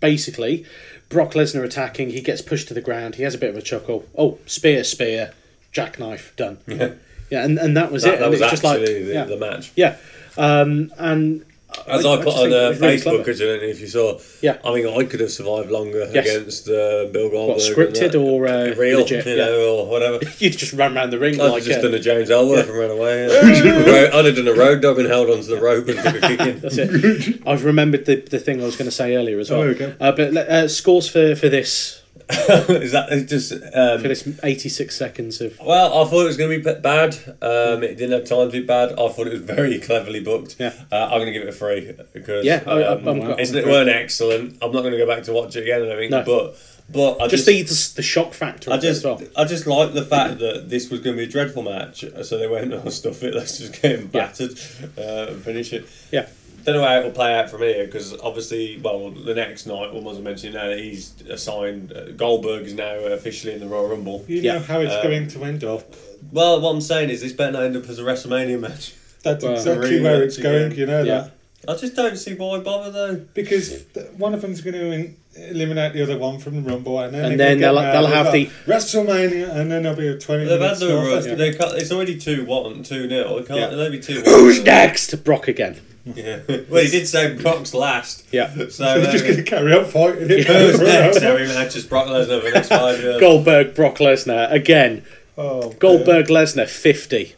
Speaker 3: basically Brock Lesnar attacking. He gets pushed to the ground. He has a bit of a chuckle. Oh, spear, spear, jackknife, done. Yeah, yeah, and, and that was
Speaker 5: That,
Speaker 3: it.
Speaker 5: that
Speaker 3: and
Speaker 5: was
Speaker 3: it's just like
Speaker 5: actually the,
Speaker 3: yeah,
Speaker 5: the match.
Speaker 3: yeah, um, and
Speaker 5: As
Speaker 3: I-
Speaker 5: I,
Speaker 3: I
Speaker 5: put
Speaker 3: just
Speaker 5: on
Speaker 3: think
Speaker 5: uh,
Speaker 3: it's really
Speaker 5: Facebook,
Speaker 3: clever.
Speaker 5: I don't know if you saw.
Speaker 3: Yeah.
Speaker 5: I think I could have survived longer
Speaker 3: Yes.
Speaker 5: against uh, Bill Goldberg. and
Speaker 3: scripted
Speaker 5: that.
Speaker 3: or, uh,
Speaker 5: real,
Speaker 3: legit,
Speaker 5: you
Speaker 3: yeah.
Speaker 5: know, or whatever.
Speaker 3: You just run round the ring
Speaker 5: I'd
Speaker 3: like
Speaker 5: just
Speaker 3: uh,
Speaker 5: done a James Ellsworth and ran away. Ro- I'd have done a road dog and held onto the rope and took a kick in.
Speaker 3: That's it. I've remembered the, the thing I was going to say earlier as well.
Speaker 4: there Oh, we go.
Speaker 3: Uh, but uh, scores for, for this
Speaker 5: Is that it's just? Um,
Speaker 3: for this eighty six seconds of
Speaker 5: Well, I thought it was going to be b- bad. Um, it didn't have time to be bad. I thought it was very cleverly booked.
Speaker 3: Yeah.
Speaker 5: Uh, I'm going to give it a three because
Speaker 3: Yeah, I- I-
Speaker 5: um,
Speaker 3: I'm- I'm-
Speaker 5: it's, it weren't excellent. I'm not going to go back to watch it again. I don't think,
Speaker 3: No.
Speaker 5: but but I
Speaker 3: just
Speaker 5: just,
Speaker 3: the the shock factor
Speaker 5: I
Speaker 3: of it
Speaker 5: just
Speaker 3: as well.
Speaker 5: I just like the fact that this was going to be a dreadful match, so they went oh stuff it. Let's just get him battered uh, and finish it.
Speaker 3: Yeah,
Speaker 5: Don't know how it will play out from here because obviously, well, the next night, well, as I mentioned, now he's assigned. Uh, Goldberg is now officially in the Royal Rumble.
Speaker 4: You
Speaker 3: Yeah.
Speaker 4: know how
Speaker 5: Uh,
Speaker 4: it's going to end up.
Speaker 5: Well, what I'm saying is, this better not end up as a WrestleMania match.
Speaker 4: That's
Speaker 3: Well,
Speaker 4: exactly
Speaker 5: really
Speaker 4: where
Speaker 5: that's
Speaker 4: it's going,
Speaker 5: again.
Speaker 4: you know
Speaker 3: Yeah.
Speaker 4: that.
Speaker 5: I just don't see why bother though.
Speaker 4: Because th- one of them's going to eliminate the other one from the Rumble, and then,
Speaker 3: And
Speaker 4: it
Speaker 3: then
Speaker 4: will get
Speaker 3: they'll-
Speaker 4: mad
Speaker 3: they'll
Speaker 4: as
Speaker 3: have
Speaker 4: well.
Speaker 3: the-
Speaker 4: WrestleMania, and then there'll be a twenty.
Speaker 5: They've had
Speaker 4: minute
Speaker 5: the
Speaker 4: score
Speaker 5: run.
Speaker 4: festival.
Speaker 5: They can't, it's already two one, two nil. It can't.
Speaker 4: Yeah.
Speaker 5: It'll only be two.
Speaker 2: Who's next?
Speaker 3: Next to Brock again.
Speaker 5: Yeah. Well, he did say Brock's last.
Speaker 3: Yeah.
Speaker 5: So
Speaker 4: So they're
Speaker 5: uh,
Speaker 4: just going to carry on fighting. it
Speaker 5: who's
Speaker 4: for a
Speaker 5: next?
Speaker 4: while.
Speaker 5: Every match is Brock Lesnar for the next five years.
Speaker 3: Goldberg, Brock Lesnar again.
Speaker 4: Oh,
Speaker 3: Goldberg, Lesnar fifty.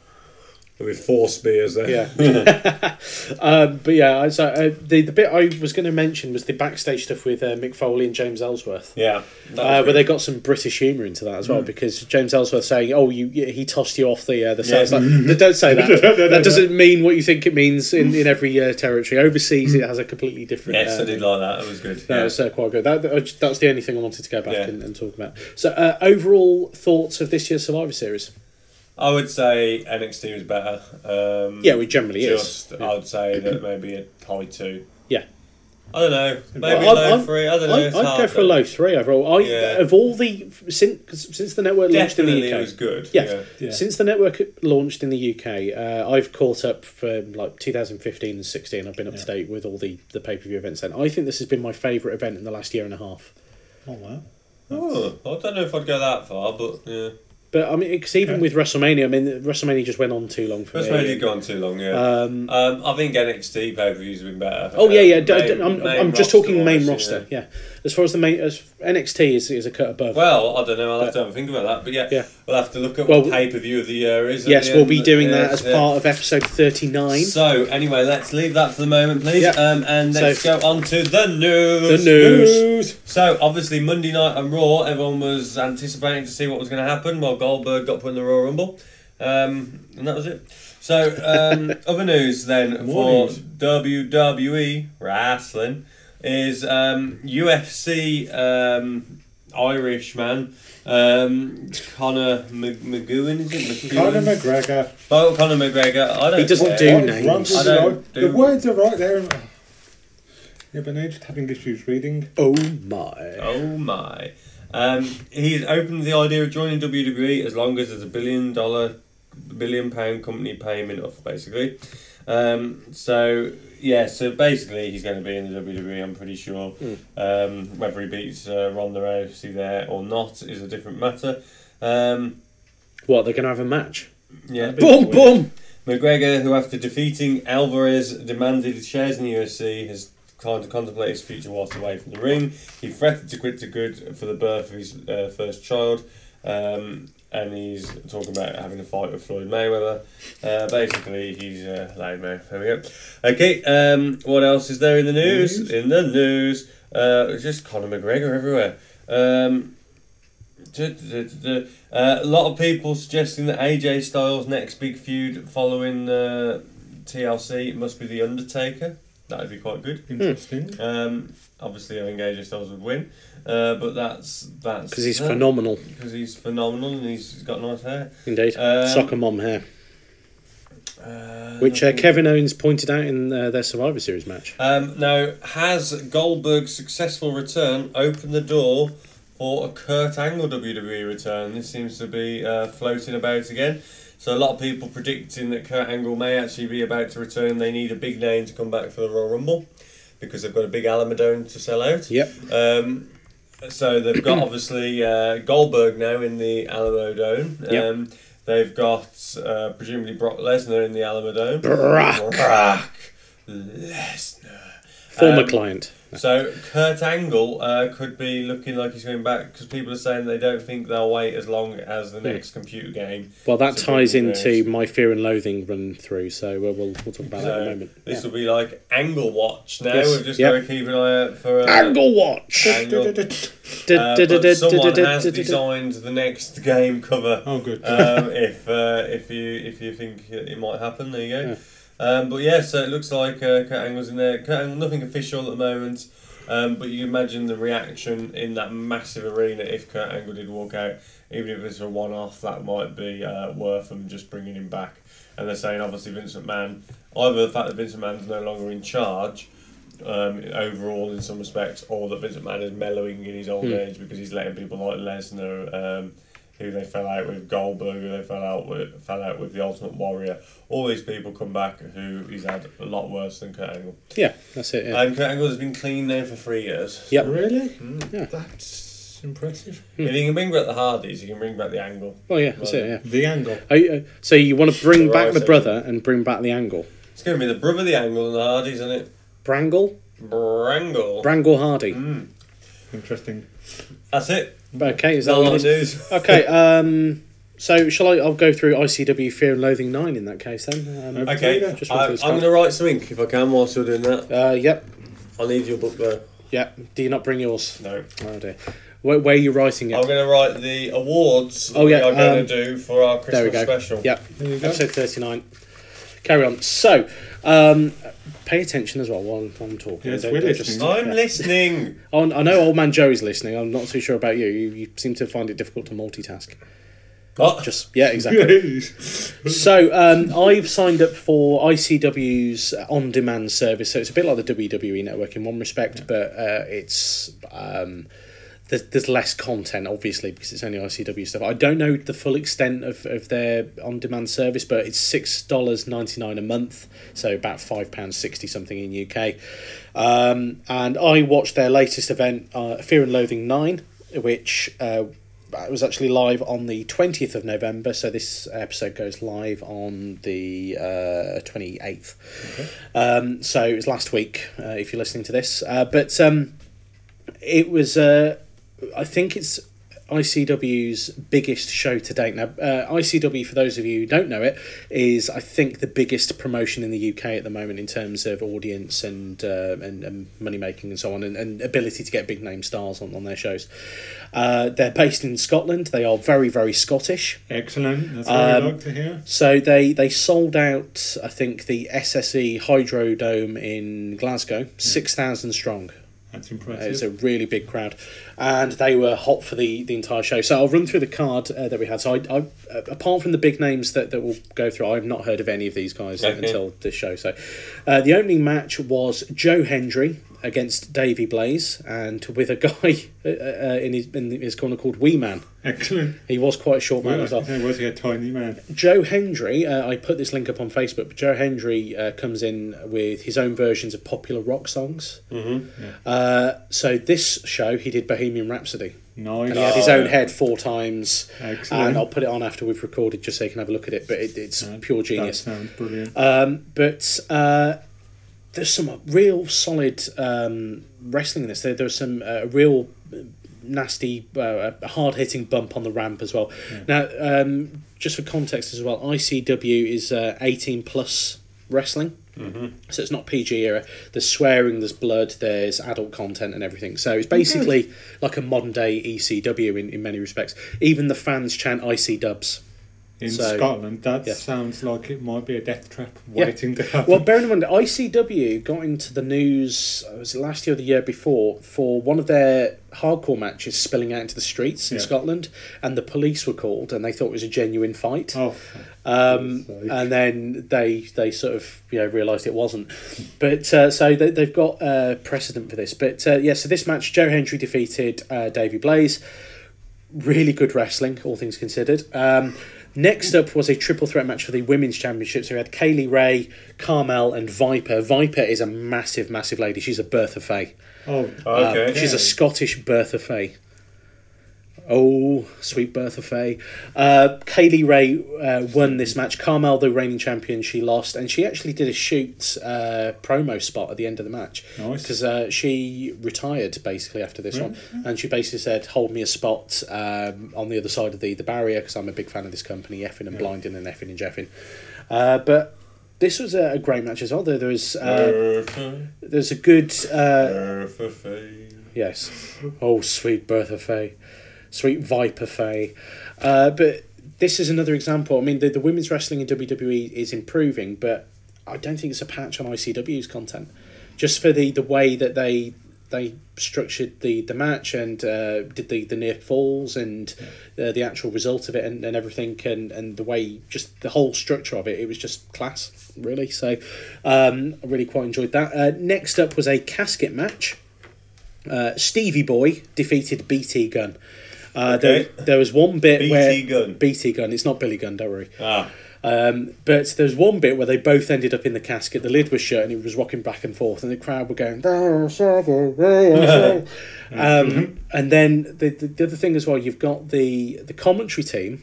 Speaker 5: With four spears there.
Speaker 3: Yeah. um, but yeah, I- so uh, the the bit I was going to mention was the backstage stuff with uh, Mick Foley and James Ellsworth.
Speaker 5: Yeah.
Speaker 3: Uh,
Speaker 5: That was
Speaker 3: but
Speaker 5: good.
Speaker 3: they got some British humour into that
Speaker 4: Hmm.
Speaker 3: as well because James Ellsworth saying, "Oh, you you- he tossed you off the uh, the
Speaker 5: Yeah.
Speaker 3: side." Like, don't say that.
Speaker 4: no,
Speaker 3: that
Speaker 4: no.
Speaker 3: doesn't mean what you think it means in in every uh, territory. Overseas,
Speaker 4: Hmm.
Speaker 3: it has a completely different.
Speaker 5: Yes,
Speaker 3: uh,
Speaker 5: I did like that. It was good.
Speaker 3: no,
Speaker 5: yeah.
Speaker 3: it's uh, quite good. That, that that's the only thing I wanted to go back
Speaker 5: Yeah.
Speaker 3: and, and talk about. So, uh, overall thoughts of this year's Survivor Series?
Speaker 5: I would say NXT was better. Um,
Speaker 3: Yeah, we generally is.
Speaker 5: just I would say that maybe a tie two.
Speaker 3: Yeah.
Speaker 5: I don't know. Maybe
Speaker 3: Well,
Speaker 5: low
Speaker 3: I'd-
Speaker 5: three. I don't know.
Speaker 3: I'd,
Speaker 5: Uh, it's
Speaker 3: I'd
Speaker 5: hard,
Speaker 3: go for a
Speaker 5: but
Speaker 3: low three overall. I
Speaker 5: Yeah.
Speaker 3: of all the since since the network launched in the UK,
Speaker 5: Definitely was good.
Speaker 3: Yeah.
Speaker 5: Yeah.
Speaker 4: Yeah.
Speaker 3: Since the network launched in the UK, uh, I've caught up from like 2015 and 16. I've been up to date with all the, the pay per view events then. I think this has been my favourite event in the last year and a half.
Speaker 4: oh wow.
Speaker 5: Oh, I don't know if I'd go that far, but yeah.
Speaker 3: But I mean, because even with WrestleMania, I mean, WrestleMania just went on too long for
Speaker 5: That's
Speaker 3: me.
Speaker 5: maybe gone too long, yeah.
Speaker 3: Um,
Speaker 5: Um, I think NXT pay per views have been better.
Speaker 3: Oh yeah,
Speaker 5: Uh,
Speaker 3: yeah. d- d-
Speaker 5: main-
Speaker 3: I'm,
Speaker 5: main
Speaker 3: I'm just
Speaker 5: roster
Speaker 3: talking main
Speaker 5: wise,
Speaker 3: roster. Yeah. As far as the main, as NXT is, is a cut above.
Speaker 5: Well, I don't know. I'll have to have a think about that. But yeah,
Speaker 3: Yeah.
Speaker 5: we'll have to look at
Speaker 3: Well,
Speaker 5: what pay per view of the year is. at
Speaker 3: yes,
Speaker 5: the
Speaker 3: we'll
Speaker 5: end.
Speaker 3: be doing
Speaker 5: Yeah,
Speaker 3: that as
Speaker 5: yeah.
Speaker 3: part of episode 39.
Speaker 5: So anyway, let's leave that for the moment, please,
Speaker 3: Yeah.
Speaker 5: um, and
Speaker 3: So-
Speaker 5: let's go on to the
Speaker 3: the
Speaker 5: news.
Speaker 3: news.
Speaker 5: So obviously Monday night on Raw, everyone was anticipating to see what was going to happen. Well, Goldberg got put in the Royal Rumble, um, and that was it. So um, other news then
Speaker 4: More
Speaker 5: for
Speaker 4: news.
Speaker 5: WWE wrestling is um, UFC um, Irishman um, Conor Mc- McGowan is it
Speaker 4: Conor
Speaker 5: McGowan?
Speaker 4: McGregor.
Speaker 5: Oh, Conor McGregor. I don't.
Speaker 3: He doesn't
Speaker 5: care.
Speaker 3: do
Speaker 4: Right,
Speaker 3: names.
Speaker 4: wrong,
Speaker 5: I don't
Speaker 4: the
Speaker 5: do-
Speaker 4: words are right there. Yeah, but now just having issues reading.
Speaker 3: Oh my.
Speaker 5: Oh my. Um, he's open to the idea of joining WWE as long as there's a billion dollar, billion pound company paying him off, basically. Um, so, yeah, so basically he's going to be in the WWE, I'm pretty sure. Um, whether he beats uh, Ronda Rousey there or not is a different matter. Um,
Speaker 3: What, they're going to have a match?
Speaker 5: yeah.
Speaker 4: Oh,
Speaker 3: Boom, boom.
Speaker 5: McGregor, who after defeating Alvarez demanded shares in the UFC, has kind of contemplated his future whilst away from the ring. He threatened to quit the good for the birth of his uh, first child, um, and he's talking about having a fight with Floyd Mayweather. Uh, basically, he's a uh, loud mouth. There we go. Okay, um, what else is there in the news? In the news, uh, it's just Conor McGregor everywhere. Um, Du- du- du- du- du. Uh, a lot of people suggesting that AJ Styles' next big feud following uh, TLC must be The Undertaker. That would be quite good.
Speaker 3: Hmm.
Speaker 4: Interesting.
Speaker 5: Um, obviously, I think AJ Styles would win, uh, but that's that's
Speaker 3: Because he's phenomenal.
Speaker 5: Because he's phenomenal and he's got nice hair.
Speaker 3: Indeed.
Speaker 5: Um,
Speaker 3: Soccer mom hair.
Speaker 5: Uh,
Speaker 3: Which uh, Kevin Owens pointed out in uh, their Survivor Series match.
Speaker 5: Um, now, has Goldberg's successful return opened the door for a Kurt Angle WWE return? This seems to be uh, floating about again. So, a lot of people predicting that Kurt Angle may actually be about to return. They need a big name to come back for the Royal Rumble because they've got a big Alamodone to sell out.
Speaker 3: Yep.
Speaker 5: Um, so they've got obviously uh, Goldberg now in the Alamo Dome. Um,
Speaker 3: Yep.
Speaker 5: They've got uh, presumably Brock Lesnar in the Alamo Dome.
Speaker 3: Brock.
Speaker 5: Brock. Lesnar.
Speaker 3: Former
Speaker 5: Um,
Speaker 3: client.
Speaker 5: So Kurt Angle uh, could be looking like he's going back because people are saying they don't think they'll wait as long as
Speaker 3: Hmm.
Speaker 5: the next computer game.
Speaker 3: Well, that
Speaker 5: to
Speaker 3: ties
Speaker 5: bring
Speaker 3: into
Speaker 5: those.
Speaker 3: my fear and loathing run through, so uh, we'll we'll talk about that in a
Speaker 5: So
Speaker 3: moment.
Speaker 5: this will be like Angle Watch now.
Speaker 3: Yes,
Speaker 5: We've just
Speaker 3: yep.
Speaker 5: got to keep an eye out for uh,
Speaker 2: Angle watch.
Speaker 5: Angle. Uh, but someone has designed the next game cover.
Speaker 4: Oh, good.
Speaker 5: Um, if uh, if you if you think it might happen, there you go. Um, but yeah, so it looks like uh, Kurt Angle's in there. Kurt Angle, nothing official at the moment, um, but you imagine the reaction in that massive arena if Kurt Angle did walk out, even if it's a one-off, that might be uh, worth them just bringing him back. And they're saying obviously Vincent Mann, either the fact that Vincent Mann's no longer in charge, um, overall in some respects, or that Vincent Mann is mellowing in his old
Speaker 3: Hmm.
Speaker 5: age because he's letting people like Lesnar, um, who they fell out with, Goldberg, who they fell out with, fell out with the Ultimate Warrior. All these people come back who he's had a lot worse than Kurt Angle.
Speaker 3: Yeah, that's it. Yeah.
Speaker 5: And Kurt Angle has been clean now for three years.
Speaker 3: Yep.
Speaker 4: Really?
Speaker 3: Yeah.
Speaker 4: That's impressive.
Speaker 5: If you can bring back the Hardys, you can bring back the Angle.
Speaker 3: well, Oh, yeah, that's it. Yeah.
Speaker 4: The angle.
Speaker 3: Are you, uh, so you want to bring back the
Speaker 5: Right,
Speaker 3: brother and bring back the angle?
Speaker 5: It's going to be the brother, the Angle, and the Hardys, isn't it?
Speaker 3: Brangle,
Speaker 5: Brangle.
Speaker 3: Brangle Hardy.
Speaker 4: Interesting.
Speaker 5: That's it.
Speaker 3: Okay, is that
Speaker 5: That's all
Speaker 3: all?
Speaker 5: the
Speaker 3: it is?
Speaker 5: news.
Speaker 3: Okay. Um, so shall I? I'll go through ICW Fear and Loathing Nine in that case then. Um,
Speaker 5: Okay,
Speaker 3: Just run
Speaker 5: I,
Speaker 3: through
Speaker 5: I'm
Speaker 3: the script.
Speaker 5: going to write something if I can whilst you're doing that.
Speaker 3: Uh, yep.
Speaker 5: I need your book though.
Speaker 3: Yep. Do you not bring yours?
Speaker 5: No.
Speaker 3: Oh dear. Where, where are you writing it?
Speaker 5: I'm going to write the awards
Speaker 3: Oh,
Speaker 5: that
Speaker 3: yeah,
Speaker 5: we are going
Speaker 3: um,
Speaker 5: to do for our
Speaker 3: There we
Speaker 5: Christmas
Speaker 3: go.
Speaker 5: special.
Speaker 3: Yep.
Speaker 4: There you go.
Speaker 3: Episode 39. Carry on. So, um, pay attention as well while I'm, while I'm talking.
Speaker 4: Yes,
Speaker 3: Don't-
Speaker 4: we're
Speaker 3: don't
Speaker 4: listening.
Speaker 5: I'm listening.
Speaker 3: Oh, I know old man Joey's listening. I'm not too sure about you. You, you seem to find it difficult to multitask.
Speaker 5: What?
Speaker 3: Just yeah, exactly.
Speaker 4: Yes.
Speaker 3: so um, I've signed up for ICW's on-demand service. So it's a bit like the WWE network in one respect, but uh, it's um, there's, there's less content obviously because it's only ICW stuff. I don't know the full extent of, of their on-demand service, but it's six dollars ninety nine a month, so about five pounds sixty something in UK. Um, and I watched their latest event, uh, Fear and Loathing Nine, which. Uh, it was actually live on the 20th of November, so this episode goes live on the uh, 28th. Um, so it was last week, uh, if you're listening to this. Uh, but um, it was, uh, I think it's ICW's biggest show to date. Now, uh, ICW, for those of you who don't know it, is, I think, the biggest promotion in the UK at the moment in terms of audience and uh, and, and money making and so on, and, and ability to get big name stars on, on their shows. Uh, they're based in Scotland, they are very, very Scottish.
Speaker 4: Excellent. That's what
Speaker 3: Um,
Speaker 4: we like to hear.
Speaker 3: So they they sold out. I think the SSE Hydro Dome in Glasgow, six thousand strong.
Speaker 4: That's
Speaker 3: It's
Speaker 4: impressive.
Speaker 3: a really big crowd, and they were hot for the, the entire show. So I'll run through the card uh, that we had. So I, I uh, apart from the big names that, that will go through, I've not heard of any of these guys
Speaker 5: Okay.
Speaker 3: until this show. So uh, the opening match was Joe Hendry against Davy Blaze, and with a guy uh, uh, in his in his corner called Wee Man.
Speaker 4: Excellent.
Speaker 3: He was quite a short man
Speaker 4: Well,
Speaker 3: as well.
Speaker 4: There was a tiny man.
Speaker 3: Joe Hendry, uh, I put this link up on Facebook, but Joe Hendry uh, comes in with his own versions of popular rock songs. Uh, so this show, he did Bohemian Rhapsody.
Speaker 4: Nice.
Speaker 3: And he had
Speaker 4: uh,
Speaker 3: his own head four times.
Speaker 4: Excellent.
Speaker 3: And I'll put it on after we've recorded just so you can have a look at it, but it, it's pure genius.
Speaker 4: That sounds brilliant.
Speaker 3: Um, but uh, there's some real solid um, wrestling in this. There, there's some uh, real uh, nasty, uh, hard hitting bump on the ramp as well. Now, um, just for context as well, ICW is uh, 18 plus wrestling. So it's not PG era. There's swearing, there's blood, there's adult content and everything. So it's basically like a modern day ECW in, in many respects. Even the fans chant IC dubs.
Speaker 4: In
Speaker 3: so-
Speaker 4: Scotland, that
Speaker 3: yeah.
Speaker 4: sounds like it might be a death trap
Speaker 3: Yeah.
Speaker 4: waiting to happen.
Speaker 3: Well, bearing in mind, that ICW got into the news uh, was it last year or the year before for one of their hardcore matches spilling out into the streets in
Speaker 4: Yeah.
Speaker 3: Scotland, and the police were called, and they thought it was a genuine fight.
Speaker 4: oh, fuck.
Speaker 3: Um,
Speaker 4: Fuck's sake.
Speaker 3: and then they they sort of you know realised it wasn't, but uh, so they, they've got uh, precedent for this. But uh, yeah, so this match, Joe Hendry defeated uh, Davy Blaze. Really good wrestling, all things considered. Um, next up was a triple threat match for the women's championship. So we had Kaylee Ray, Carmel, and Viper. Viper is a massive, massive lady. uh, She's a Bertha Faye.
Speaker 4: oh,
Speaker 5: Okay.
Speaker 3: She's a Scottish Bertha Faye. Oh, sweet Bertha Faye. Uh, Kaylee Ray uh, won this match. Carmel, the reigning champion, she lost, and she actually did a shoot uh, promo spot at the end of the match.
Speaker 4: Nice.
Speaker 3: Because uh, she retired basically after this one, and she basically said, "Hold me a spot um, on the other side of the the barrier because I'm a big fan of this company, effing and blinding and effing and jeffing." Uh, but this was a, a great match as well. There, there was uh,
Speaker 5: Bertha,
Speaker 3: there's a good. Uh,
Speaker 5: Bertha Faye.
Speaker 3: Yes. Oh, sweet Bertha Faye. Sweet Viper Faye. Uh, but this is another example. I mean, the, the women's wrestling in WWE is improving, but I don't think it's a patch on ICW's content. Just for the, the way that they they structured the, the match and uh, did the, the near falls and uh, the actual result of it and, and everything and, and the way just the whole structure of it it was just class really so um, I really quite enjoyed that uh, next up was a casket match uh, Stevie Boy defeated BT Gun. Uh,
Speaker 5: Okay.
Speaker 3: there, there was one bit
Speaker 5: BT
Speaker 3: where
Speaker 5: Gunn.
Speaker 3: BT Gun. It's not Billy Gun. Don't worry.
Speaker 5: Ah,
Speaker 3: Um, but there was one bit where they both ended up in the casket. The lid was shut, and it was rocking back and forth, and the crowd were going. "Oh, Sabo, oh, Sabo." um, and then the, the the other thing as well, you've got the the commentary team.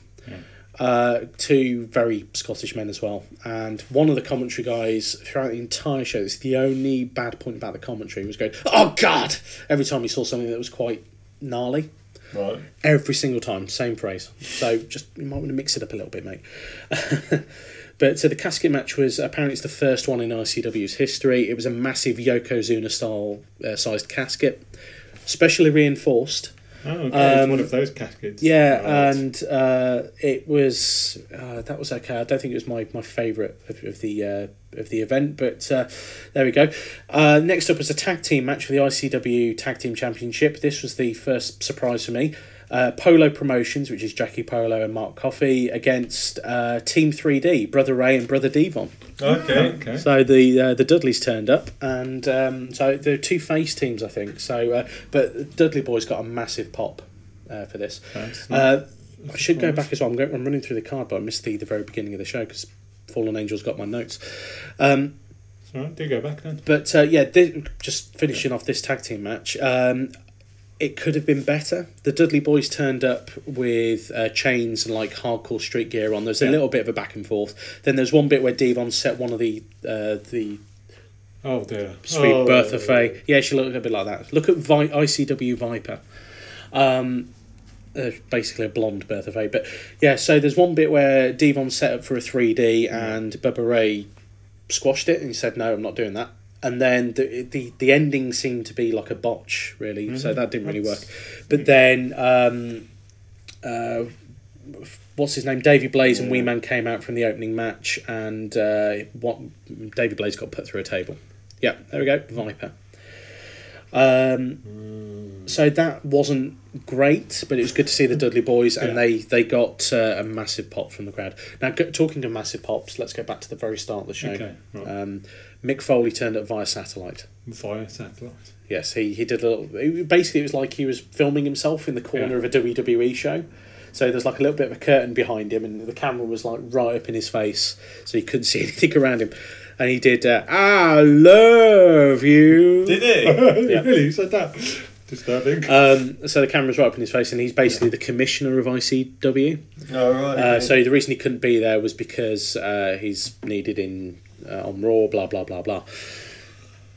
Speaker 3: Uh, two very Scottish men as well, and one of the commentary guys throughout the entire show. It's the only bad point about the commentary was going, "Oh God!" Every time he saw something that was quite gnarly,
Speaker 5: right.
Speaker 3: every single time, same phrase. So just you might want to mix it up a little bit, mate. but so the casket match was apparently it's the first one in ICW's history. It was a massive Yokozuna style uh, sized casket, specially reinforced.
Speaker 4: Oh, okay.
Speaker 3: Um,
Speaker 4: it's one of those caskets.
Speaker 3: Yeah,
Speaker 4: Right.
Speaker 3: and uh, it was uh, that was okay. I don't think it was my, my favourite of, of the uh, of the event, but uh, there we go. Uh, next up was a tag team match for the ICW Tag Team Championship. This was the first surprise for me. Uh, Polo Promotions, which is Jackie Polo and Mark Coffey, against uh, Team Three D, Brother Ray and Brother Devon.
Speaker 5: Okay.
Speaker 4: okay.
Speaker 3: So the uh, the Dudleys turned up, and um, so they're two face teams, I think. So, uh, but Dudley Boy's got a massive pop uh, for this.
Speaker 4: That's
Speaker 3: Uh, I should go back as well. I'm, going, I'm running through the card, but I missed the, the very beginning of the show because Fallen Angels got my notes. Um,
Speaker 4: All right, do go back then.
Speaker 3: but uh, yeah, thi- just finishing off this tag team match. Um, it could have been better. The Dudley Boys turned up with uh, chains and like hardcore street gear on. There's a little bit of a back and forth. Then there's one bit where Devon set one of the uh, the
Speaker 4: Oh dear.
Speaker 3: Sweet
Speaker 4: oh,
Speaker 3: Bertha Faye. Yeah, she looked a bit like that. Look at Vi- ICW Viper. Um, uh, basically a blonde Bertha Faye. But yeah, so there's one bit where Devon set up for a 3D and Bubba Ray squashed it and he said, no, I'm not doing that. And then the, the, the ending seemed to be like a botch, really. So that didn't really work. But then. Um, uh, what's his name? Davy Blaze and Wee Man came out from the opening match, and uh, what Davy Blaze got put through a table. Yeah, there we go, Viper. Um,
Speaker 4: Hmm.
Speaker 3: so that wasn't great, but it was good to see the Dudley Boys, and they they got uh, a massive pop from the crowd. Now, go, talking of massive pops, let's go back to the very start of the show.
Speaker 4: Okay, right.
Speaker 3: um, Mick Foley turned up via satellite.
Speaker 4: Via satellite.
Speaker 3: Yes, he, he did a little. It, basically, it was like he was filming himself in the corner of a WWE show. So there's like a little bit of a curtain behind him, and the camera was like right up in his face, so he couldn't see anything around him. And he did, uh, I love you.
Speaker 5: Did he?
Speaker 4: really? You said that? Disturbing.
Speaker 3: Um, so the camera's right up in his face, and he's basically the commissioner of ICW.
Speaker 5: All right.
Speaker 3: Uh, so the reason he couldn't be there was because uh, he's needed in uh, on Raw, blah blah blah blah.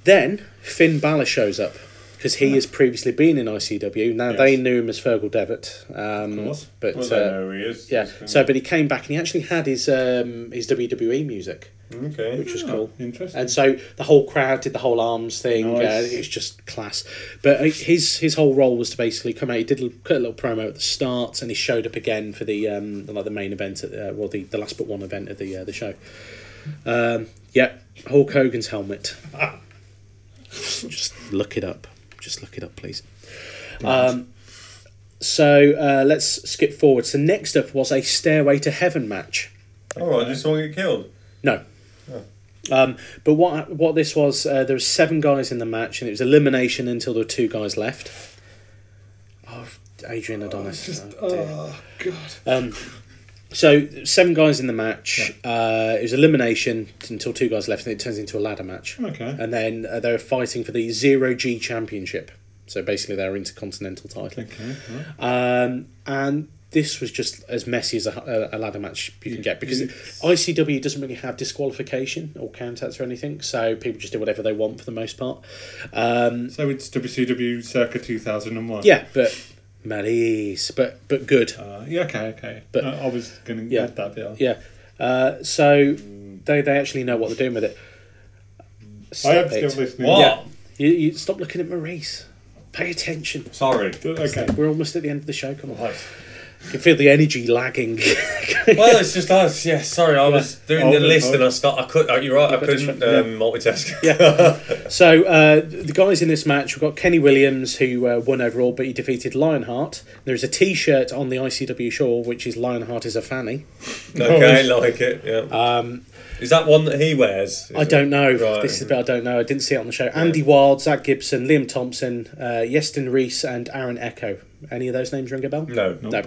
Speaker 3: Then Finn Balor shows up because he has previously been in ICW. Now they
Speaker 4: Yes.
Speaker 3: knew him as Fergal Devitt, um,
Speaker 4: Of course.
Speaker 3: but
Speaker 5: well,
Speaker 3: uh,
Speaker 5: they know who he is.
Speaker 3: yeah.
Speaker 5: He's gonna-
Speaker 3: So, but he came back and he actually had his um, his WWE music,
Speaker 5: Okay.
Speaker 3: which was
Speaker 4: Ah,
Speaker 3: cool.
Speaker 4: Interesting.
Speaker 3: Uh, And so the whole crowd did the whole arms thing.
Speaker 4: Nice.
Speaker 3: Uh, it's just class. But uh, his his whole role was to basically come out. He did a little- cut a little promo at the start, and he showed up again for the um like the main event at uh, well the, the last but one event of the uh, the show. Um, yeah, Hulk Hogan's helmet. just look it up. Just look it up, please. Um, so uh, let's skip forward. So next up was a Stairway to Heaven match.
Speaker 5: All right. Did someone get killed?
Speaker 3: No. Um, but what what this was, uh, there were seven guys in the match, and it was elimination until there were two guys left. Oh, Adrian Adonis.
Speaker 4: Just,
Speaker 3: Oh, dear.
Speaker 4: oh, God.
Speaker 3: Um, so seven guys in the match. Uh, it was elimination until two guys left, and it turns into a ladder match.
Speaker 4: Okay.
Speaker 3: And then uh, they were fighting for the zero G championship. So basically, their intercontinental title.
Speaker 4: Okay. right.
Speaker 3: Um, and this was just as messy as a, a ladder match you can get because
Speaker 4: Mm-hmm.
Speaker 3: ICW doesn't really have disqualification or countouts or anything, so people just do whatever they want for the most part. Um,
Speaker 4: So it's WCW circa 2001.
Speaker 3: yeah, but malaise, but but good.
Speaker 4: Uh, yeah, okay, okay.
Speaker 3: But-
Speaker 4: I, I was going to
Speaker 3: Yeah.
Speaker 4: add that bit on.
Speaker 3: Yeah, uh, so they they actually know what they're doing with it.
Speaker 4: I am
Speaker 3: Stop it.
Speaker 4: still listening.
Speaker 5: What?
Speaker 3: Yeah. You, you stop looking at Maurice. Pay attention.
Speaker 5: Sorry.
Speaker 4: Okay.
Speaker 3: We're almost at the end of the show. Come on, you can feel the energy lagging.
Speaker 5: Well, it's just us. Yeah, sorry, I was doing
Speaker 4: Oh,
Speaker 5: the
Speaker 4: oh.
Speaker 5: list and I start. I could. uh, You're right. I
Speaker 3: got this
Speaker 5: couldn't
Speaker 3: one, yeah.
Speaker 5: um, multitask.
Speaker 3: yeah. So uh, the guys in this match, we've got Kenny Williams who uh, won overall, but he defeated Lionheart. There is a T-shirt on the ICW shore which is Lionheart is a fanny.
Speaker 5: Okay, like it. Yeah. is that one that he wears? Is
Speaker 3: Um, I
Speaker 5: it?
Speaker 3: don't know.
Speaker 5: Right.
Speaker 3: This is about I don't know. I didn't see it on the show. Andy Wild, Zach Gibson, Liam Thompson, uh, Yestin Reese, and Aaron Echo. Any of those names ring a bell?
Speaker 5: No.
Speaker 3: No.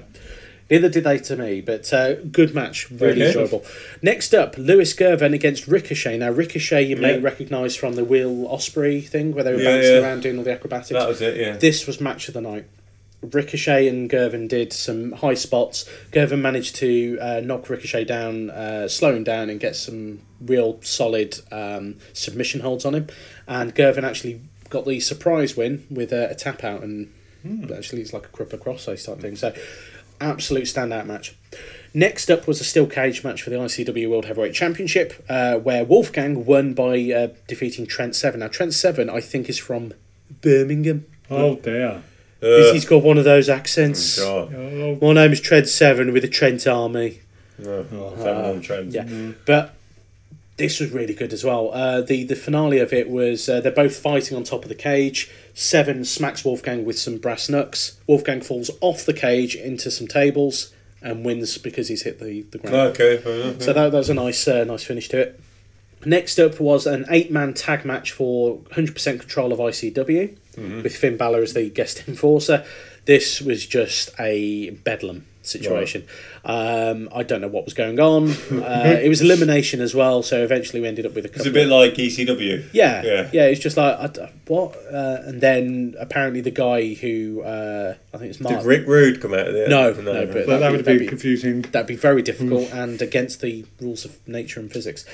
Speaker 3: Neither did they to me, but uh, good match, really
Speaker 5: Okay.
Speaker 3: enjoyable. Next up, Lewis Gervin against Ricochet. Now, Ricochet you may
Speaker 5: Yeah.
Speaker 3: recognise from the Will Osprey thing where they were
Speaker 5: Yeah,
Speaker 3: bouncing
Speaker 5: yeah.
Speaker 3: around doing all the acrobatics.
Speaker 5: That was it. Yeah.
Speaker 3: This was match of the night. Ricochet and Gervin did some high spots. Gervin managed to uh, knock Ricochet down, uh, slow him down, and get some real solid um, submission holds on him. And Gervin actually got the surprise win with a, a tap out, and actually it's like a cripple crossface type thing. So, absolute standout match. Next up was a steel cage match for the ICW World Heavyweight Championship, uh, where Wolfgang won by uh, defeating Trent Seven. Now Trent Seven, I think, is from Birmingham.
Speaker 4: Oh, dear.
Speaker 3: He's- he's got one of those accents.
Speaker 5: God.
Speaker 4: Oh,
Speaker 3: My name is Trent Seven with the Trent Army.
Speaker 5: No. Seven on trend.
Speaker 3: Uh-huh. Yeah, but this was really good as well. Uh, the the finale of it was uh, they're both fighting on top of the cage. Seven smacks Wolfgang with some brass knucks. Wolfgang falls off the cage into some tables and wins because he's hit the the ground.
Speaker 5: Okay. Fair enough.
Speaker 3: So that, that was a nice uh, nice finish to it. Next up was an eight man tag match for 100% control of ICW with Finn Balor as the guest enforcer. This was just a bedlam situation. Um, I don't know what was going on. Uh, it was elimination as well, so eventually we ended up with a couple
Speaker 5: It's a bit like ECW.
Speaker 3: yeah,
Speaker 5: Yeah.
Speaker 3: yeah, It's just like I d what, uh, and then apparently the guy who uh, I think it's Mark.
Speaker 5: Did Rick Rude come out of there?
Speaker 3: No, no, but
Speaker 4: well, that
Speaker 3: that'd be-
Speaker 4: would be,
Speaker 3: that'd be-
Speaker 4: confusing.
Speaker 3: that'd be very difficult and against the rules of nature and physics.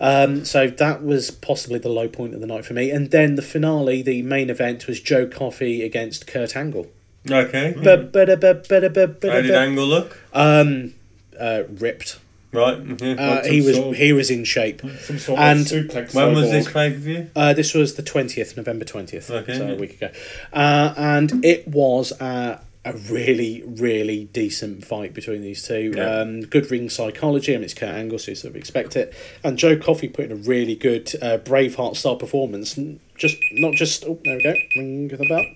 Speaker 3: Um, so that was possibly the low point of the night for me. And then the finale, the main event, was Joe Coffey against Kurt Angle.
Speaker 5: Okay.
Speaker 3: Ba- ba- ba- ba- ba-
Speaker 5: How
Speaker 3: ba-
Speaker 5: did
Speaker 3: ba-
Speaker 5: Angle look?
Speaker 3: Um, uh, ripped.
Speaker 5: Right. mhm.
Speaker 3: Uh,
Speaker 4: some
Speaker 3: he was
Speaker 4: sort of-
Speaker 3: he was in shape.
Speaker 4: Some sort
Speaker 3: And
Speaker 4: of suplex.
Speaker 5: when was
Speaker 4: cyborg.
Speaker 5: this pay per view?
Speaker 3: Uh, this was the twentieth, November twentieth,
Speaker 5: Okay.
Speaker 3: so a week ago, uh, and it was uh, a really, really decent fight between these two.
Speaker 5: Yeah.
Speaker 3: Um, good ring psychology. I mean, it's Kurt Angle, so you sort of expect it. And Joe Coffey put in a really good uh, Braveheart style performance. N- Just not just oh, there we go, ring of the bell.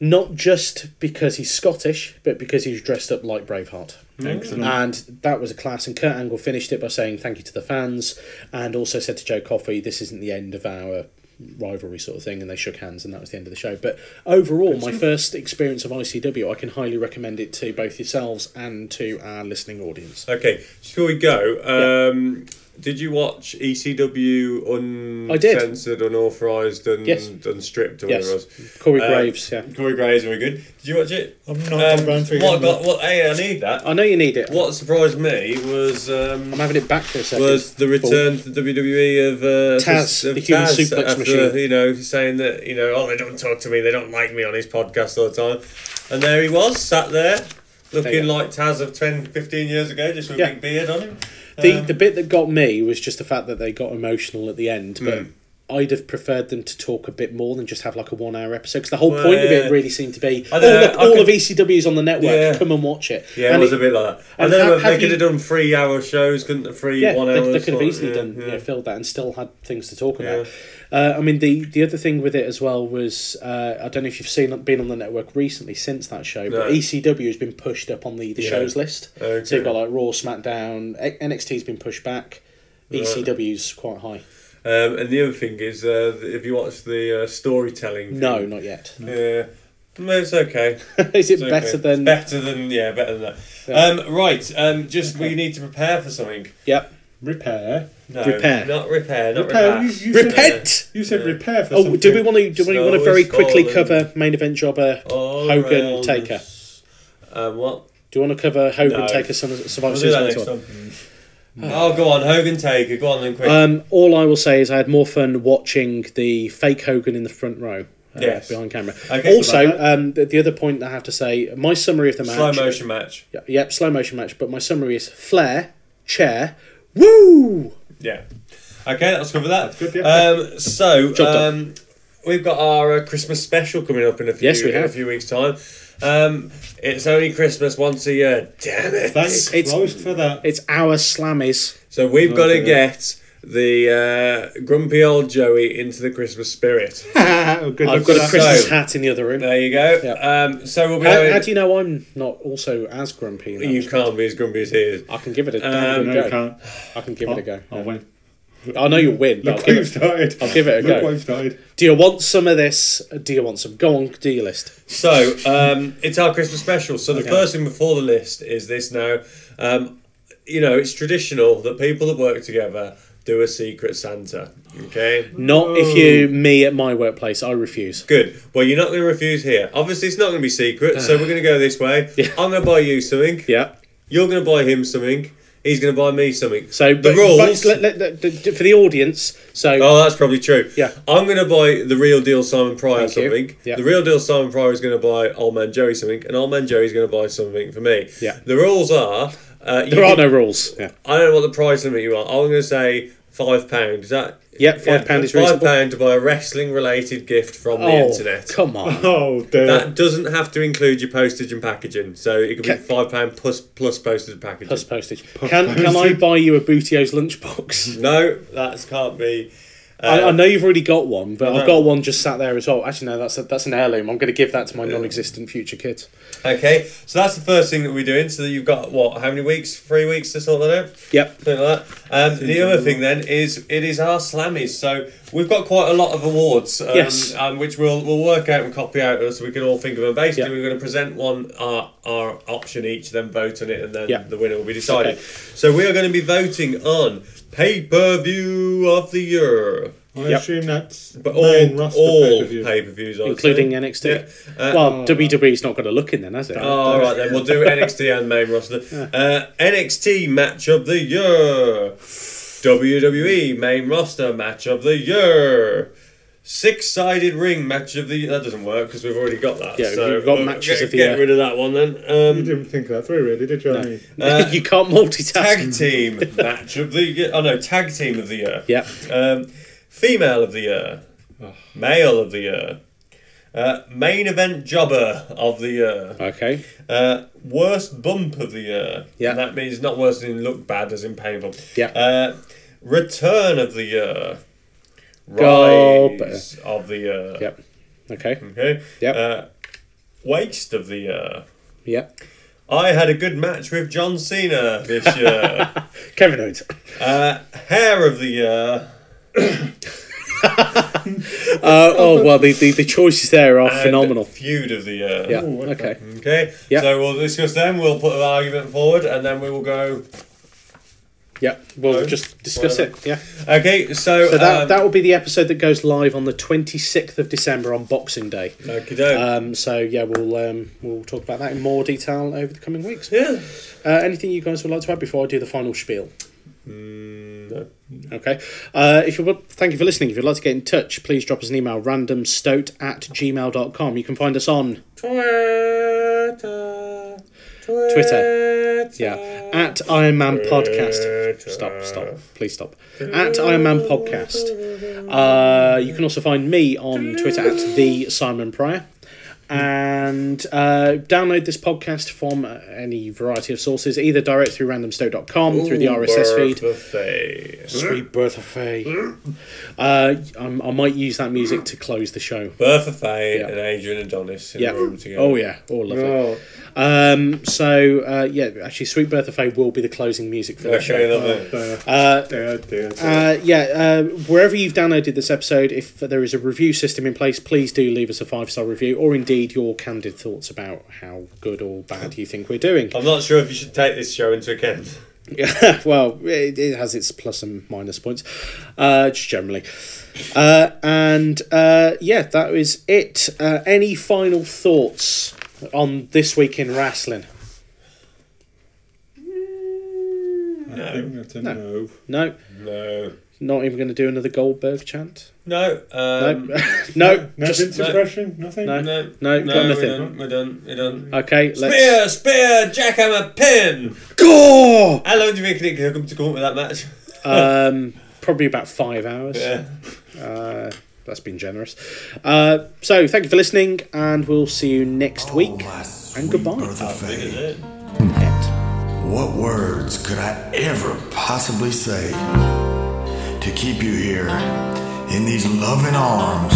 Speaker 3: Not just because he's Scottish, but because he was dressed up like Braveheart.
Speaker 4: Excellent.
Speaker 3: And
Speaker 5: Mm.
Speaker 3: that was a class. And Kurt Angle finished it by saying thank you to the fans, and also said to Joe Coffey, "This isn't the end of our rivalry," sort of thing. And they shook hands, and that was the end of the show. But overall, my first experience of ICW, I can highly recommend it to both yourselves and to our listening audience.
Speaker 5: Okay, before we go, um, did you watch E ECW un-
Speaker 3: I did.
Speaker 5: censored, unauthorized, and
Speaker 3: Yes.
Speaker 5: unstripped or
Speaker 3: Yes,
Speaker 5: whatever it was?
Speaker 3: Corey
Speaker 5: Uh,
Speaker 3: Graves. Yeah,
Speaker 5: Corey Graves were good. Did you watch it? Um,
Speaker 4: I'm not going to run through
Speaker 5: what,
Speaker 4: them,
Speaker 5: got, what, Hey, I need that.
Speaker 3: I know you need it.
Speaker 5: What surprised me was um,
Speaker 3: I'm having it back for a second.
Speaker 5: was the return to WWE of uh,
Speaker 3: Taz,
Speaker 5: of
Speaker 3: the human
Speaker 5: Taz
Speaker 3: suplex
Speaker 5: after,
Speaker 3: machine.
Speaker 5: You know, saying that you know, oh, they don't talk to me, they don't like me on his podcast all the time, and there he was, sat there. Looking
Speaker 3: you go.
Speaker 5: like Taz of 10, 15 years ago, just with
Speaker 3: Yeah.
Speaker 5: a big beard on him.
Speaker 3: The
Speaker 5: Um,
Speaker 3: the bit that got me was just the fact that they got emotional at the end,
Speaker 5: Hmm.
Speaker 3: but. I'd have preferred them to talk a bit more than just have like a one hour episode because the whole point of
Speaker 5: Well,
Speaker 3: it really seemed to be oh,
Speaker 5: I don't know,
Speaker 3: look,
Speaker 5: I
Speaker 3: all
Speaker 5: could-
Speaker 3: of ECW's on the network,
Speaker 5: Yeah.
Speaker 3: come and watch it.
Speaker 5: Yeah,
Speaker 3: And
Speaker 5: it was a bit like that.
Speaker 3: and
Speaker 5: And then
Speaker 3: have-
Speaker 5: if they
Speaker 3: have
Speaker 5: could
Speaker 3: you-
Speaker 5: have done three hour shows, couldn't they? Three
Speaker 3: Yeah,
Speaker 5: one
Speaker 3: they,
Speaker 5: hour
Speaker 3: they could have
Speaker 5: sort of-
Speaker 3: easily
Speaker 5: yeah,
Speaker 3: done
Speaker 5: yeah.
Speaker 3: yeah, filled that and still had things to talk about. Uh, I mean, the the other thing with it as well was uh, I don't know if you've seen been on the network recently since that show, but
Speaker 5: No.
Speaker 3: ECW has been pushed up on the, the
Speaker 5: Yeah.
Speaker 3: shows list. So
Speaker 5: Okay.
Speaker 3: you've got like Raw, SmackDown, E- NXT's been pushed back, ECW's quite high.
Speaker 5: Um, and the other thing is, uh, if you watch the uh, storytelling,
Speaker 3: No, not yet.
Speaker 5: yeah, no, it's okay.
Speaker 3: Is it
Speaker 5: It's okay.
Speaker 3: better than?
Speaker 5: better than yeah, better than that. Um, right, um, just we need to prepare for something.
Speaker 3: Yep.
Speaker 4: repair.
Speaker 5: No,
Speaker 3: Repair.
Speaker 5: Not repair, not
Speaker 4: Repair,
Speaker 5: repair.
Speaker 4: you- you said-
Speaker 3: Repent.
Speaker 4: You said repair for
Speaker 3: Oh,
Speaker 4: something.
Speaker 3: do we want to? Do we want to
Speaker 5: Snow
Speaker 3: very
Speaker 5: is
Speaker 3: quickly
Speaker 5: falling.
Speaker 3: cover main event uh, jobber
Speaker 5: All
Speaker 3: Hogan
Speaker 5: round
Speaker 3: Taker?
Speaker 5: this- Um, what?
Speaker 3: Do you want to cover Hogan
Speaker 5: No.
Speaker 3: Taker Summer- Survivor
Speaker 5: We'll do
Speaker 3: Series
Speaker 5: that
Speaker 3: later
Speaker 5: next
Speaker 3: on?
Speaker 5: time. Oh, go on, Hogan Taker. Go on then, quick.
Speaker 3: Um, all I will say is I had more fun watching the fake Hogan in the front row. uh,
Speaker 5: Yes.
Speaker 3: behind camera.
Speaker 5: I guess
Speaker 3: also,
Speaker 5: about
Speaker 3: um, the, the other point I have to say, my summary of the match.
Speaker 5: Slow motion match.
Speaker 3: Yeah, yep, slow motion match. But my summary is Flair, chair, woo.
Speaker 5: Yeah. Okay, let's cover that.
Speaker 4: good, yeah.
Speaker 5: Um, so
Speaker 3: Job done.
Speaker 5: um, we've got our uh, Christmas special coming up in a few
Speaker 3: Yes, we
Speaker 5: in a
Speaker 3: have.
Speaker 5: few weeks time. Um, it's only Christmas once a year. Damn it!
Speaker 4: Thanks,
Speaker 3: It's-
Speaker 4: Christ for that.
Speaker 3: It's our slammies.
Speaker 5: So we've got to
Speaker 4: dear.
Speaker 5: get the uh, grumpy old Joey into the Christmas spirit.
Speaker 4: Oh, good
Speaker 3: I've
Speaker 4: luck
Speaker 3: got a
Speaker 4: with that.
Speaker 3: Christmas
Speaker 5: So-
Speaker 3: hat in the other room.
Speaker 5: There you go.
Speaker 3: Yeah.
Speaker 5: Um, so we'll be.
Speaker 3: How,
Speaker 5: having-
Speaker 3: how do you know Uh, I'm not also as grumpy? in that?
Speaker 5: you can't be as grumpy as he is.
Speaker 3: I can give it a
Speaker 5: Um,
Speaker 3: damn
Speaker 4: No,
Speaker 3: good go.
Speaker 4: you can't.
Speaker 3: I can give it a go.
Speaker 4: I'll win.
Speaker 3: I know you'll win. But I'll
Speaker 4: Look
Speaker 3: give
Speaker 4: what you've
Speaker 3: it.
Speaker 4: started.
Speaker 3: I'll give it a
Speaker 4: Look
Speaker 3: go.
Speaker 4: what you've started.
Speaker 3: Do you want some of this? Do you want some? Go on, do your list.
Speaker 5: So um, it's our Christmas special. So the first thing before the list is this now. Um, you know, it's traditional that people that work together do a secret Santa. Okay.
Speaker 3: Not if you me at my workplace. I refuse.
Speaker 5: Good. Well, you're not going to refuse here. Obviously, it's not going to be secret. so we're going to go this way. I'm going to buy you something.
Speaker 3: Yeah.
Speaker 5: You're going to buy him something. He's going to buy me something.
Speaker 3: So
Speaker 5: the
Speaker 3: but-
Speaker 5: rules.
Speaker 3: but let- let- let- d- for the audience. So
Speaker 5: Oh, that's probably true.
Speaker 3: Yeah.
Speaker 5: I'm going to buy the real deal Simon Pryor
Speaker 3: Thank you.
Speaker 5: something.
Speaker 3: Yeah.
Speaker 5: The real deal Simon Pryor is going to buy Old Man Joey something, and Old Man Joey's going to buy something for me.
Speaker 3: Yeah.
Speaker 5: The rules are. Uh, you
Speaker 3: there are
Speaker 5: can-
Speaker 3: no rules. Yeah.
Speaker 5: I don't know what the price limit you are. I'm going to say five pound. Is that?
Speaker 3: Yep, five pound is
Speaker 5: five
Speaker 3: reasonable.
Speaker 5: pound to buy a wrestling related gift from the
Speaker 3: oh,
Speaker 5: internet.
Speaker 3: come on.
Speaker 4: Oh, dear.
Speaker 5: That doesn't have to include your postage and packaging, so it could be
Speaker 3: Ca-
Speaker 5: five pound plus plus postage and packaging.
Speaker 3: Plus postage. Can can I buy you a Boutio's lunchbox?
Speaker 5: no, that can't be.
Speaker 3: I, I know you've already got one, but I've
Speaker 5: know.
Speaker 3: got one just sat there as well. Actually, no, that's a, that's an heirloom. I'm going to give that to my non-existent future kids.
Speaker 5: Okay, so that's the first thing that we're doing. So that you've got what? How many weeks? Three weeks to sort that out.
Speaker 3: Yep.
Speaker 5: Something like that. Um, the other thing then is it is our slammies. So we've got quite a lot of awards, um,
Speaker 3: Yes.
Speaker 5: um, which we'll we'll work out and copy out so we can all think of them. Basically,
Speaker 3: Yeah.
Speaker 5: we're going to present one our our option each, then vote on it, and then
Speaker 3: Yeah.
Speaker 5: the winner will be decided.
Speaker 3: Okay.
Speaker 5: So we are going to be voting on pay per view of the year.
Speaker 4: I
Speaker 3: Yep.
Speaker 4: assume that's
Speaker 5: But
Speaker 4: main
Speaker 5: all,
Speaker 4: roster
Speaker 5: all
Speaker 4: pay-per-view.
Speaker 5: pay per views,
Speaker 3: including NXT.
Speaker 5: Uh,
Speaker 3: well, WWE's not going to look in then, has it?
Speaker 5: Oh, All right, then we'll do NXT and main roster. Uh, NXT match of the year. WWE main roster match of the year. Six-sided ring match of the year. That doesn't work because we've already got that.
Speaker 3: Yeah,
Speaker 5: so
Speaker 3: we've got
Speaker 5: we'll
Speaker 3: matches
Speaker 5: get,
Speaker 3: of the
Speaker 5: get
Speaker 3: year.
Speaker 5: rid of that one
Speaker 4: You
Speaker 5: then. Um,
Speaker 4: didn't think that through, really, did you? I mean,
Speaker 3: you can't multitask.
Speaker 5: tag team match of the year. Oh no, tag team of the year.
Speaker 3: Yeah.
Speaker 5: Um, female of the year. Male of the year. Uh, main event jobber of the year.
Speaker 3: Okay.
Speaker 5: Uh, worst bump of the year.
Speaker 3: Yeah.
Speaker 5: And that means not worse than look bad as in painful.
Speaker 3: Yeah.
Speaker 5: Uh, return of the year.
Speaker 3: Go
Speaker 5: Rise of the year.
Speaker 3: Yep. Okay.
Speaker 5: Okay.
Speaker 3: Yep.
Speaker 5: Uh, waste of the year.
Speaker 3: Yep.
Speaker 5: I had a good match with John Cena this year.
Speaker 3: Kevin Owens.
Speaker 5: uh, hair of the year.
Speaker 3: Uh, oh well, the, the, the choices there are
Speaker 5: and
Speaker 3: phenomenal.
Speaker 5: Feud of the year.
Speaker 3: Yeah.
Speaker 4: Ooh, okay.
Speaker 3: okay.
Speaker 5: Uh, Okay.
Speaker 3: Yeah.
Speaker 5: So we'll discuss them. We'll put an argument forward, and then we will go.
Speaker 3: Yep. We'll
Speaker 5: Oh,
Speaker 3: just discuss
Speaker 5: whatever.
Speaker 3: it. Yeah.
Speaker 5: Okay. So,
Speaker 3: So that
Speaker 5: um,
Speaker 3: that will be the episode that goes live on the twenty sixth of December on Boxing Day.
Speaker 5: okey-doke.
Speaker 3: Um, so yeah, we'll um, we'll talk about that in more detail over the coming weeks.
Speaker 5: yeah.
Speaker 3: Uh, anything you guys would like to add before I do the final spiel? Okay. Uh, if you would, thank you for listening. If you'd like to get in touch, please drop us an email randomstote at gmail.com. You can find us on
Speaker 5: Twitter.
Speaker 3: Twitter. yeah at Iron Man Podcast. Stop, stop, please stop. At Iron Man Podcast. Uh, you can also find me on Twitter at the Simon Pryor. And uh, download this podcast from uh, any variety of sources, either direct through randomstow.com, through the RSS feed,
Speaker 5: feed.
Speaker 3: Sweet birth of Faye. Uh, I'm, I might use that music to close the show.
Speaker 5: Bertha Faye
Speaker 3: Yeah.
Speaker 5: and Adrian Adonis in
Speaker 3: Yeah.
Speaker 5: the room together.
Speaker 3: Oh yeah. Oh lovely.
Speaker 4: Oh,
Speaker 3: Um. So uh, yeah, actually, Sweet Birth of Faye will be the closing music for the
Speaker 5: Okay,
Speaker 3: show.
Speaker 5: lovely.
Speaker 4: dear,
Speaker 3: Uh,
Speaker 4: dear, dear, dear.
Speaker 3: uh, yeah, uh, wherever you've downloaded this episode, if there is a review system in place, please do leave us a five star review or indeed your candid thoughts about how good or bad you think we're doing.
Speaker 5: I'm not sure if you should take this show into account.
Speaker 3: Yeah, well, it, it has its plus and minus points, uh, just generally. Uh, and uh, yeah, that is it. Uh, any final thoughts on this week in wrestling?
Speaker 4: I think that's a no.
Speaker 3: No. No,
Speaker 5: No.
Speaker 3: not even going to do another Goldberg chant.
Speaker 5: No.
Speaker 3: no,
Speaker 5: Um,
Speaker 3: no,
Speaker 4: No
Speaker 3: just-
Speaker 4: Vince
Speaker 5: no.
Speaker 4: impression? Nothing?
Speaker 3: No.
Speaker 5: No,
Speaker 3: No, got
Speaker 5: we're
Speaker 3: nothing.
Speaker 5: done, We're done. We're done.
Speaker 3: okay. Let's
Speaker 5: Spear, spear, jackhammer, pin.
Speaker 3: go.
Speaker 5: How long do you think it'll come to come up with that match?
Speaker 3: Um, probably about five hours.
Speaker 5: Yeah.
Speaker 3: Uh, that's been generous. Uh, so thank you for listening, and we'll see you next week. And goodbye.
Speaker 6: Bertha Faye.
Speaker 3: Pet.
Speaker 6: What words could I ever possibly say to keep you here in these loving arms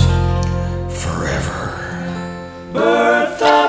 Speaker 6: forever?
Speaker 7: Bertha
Speaker 6: Oh,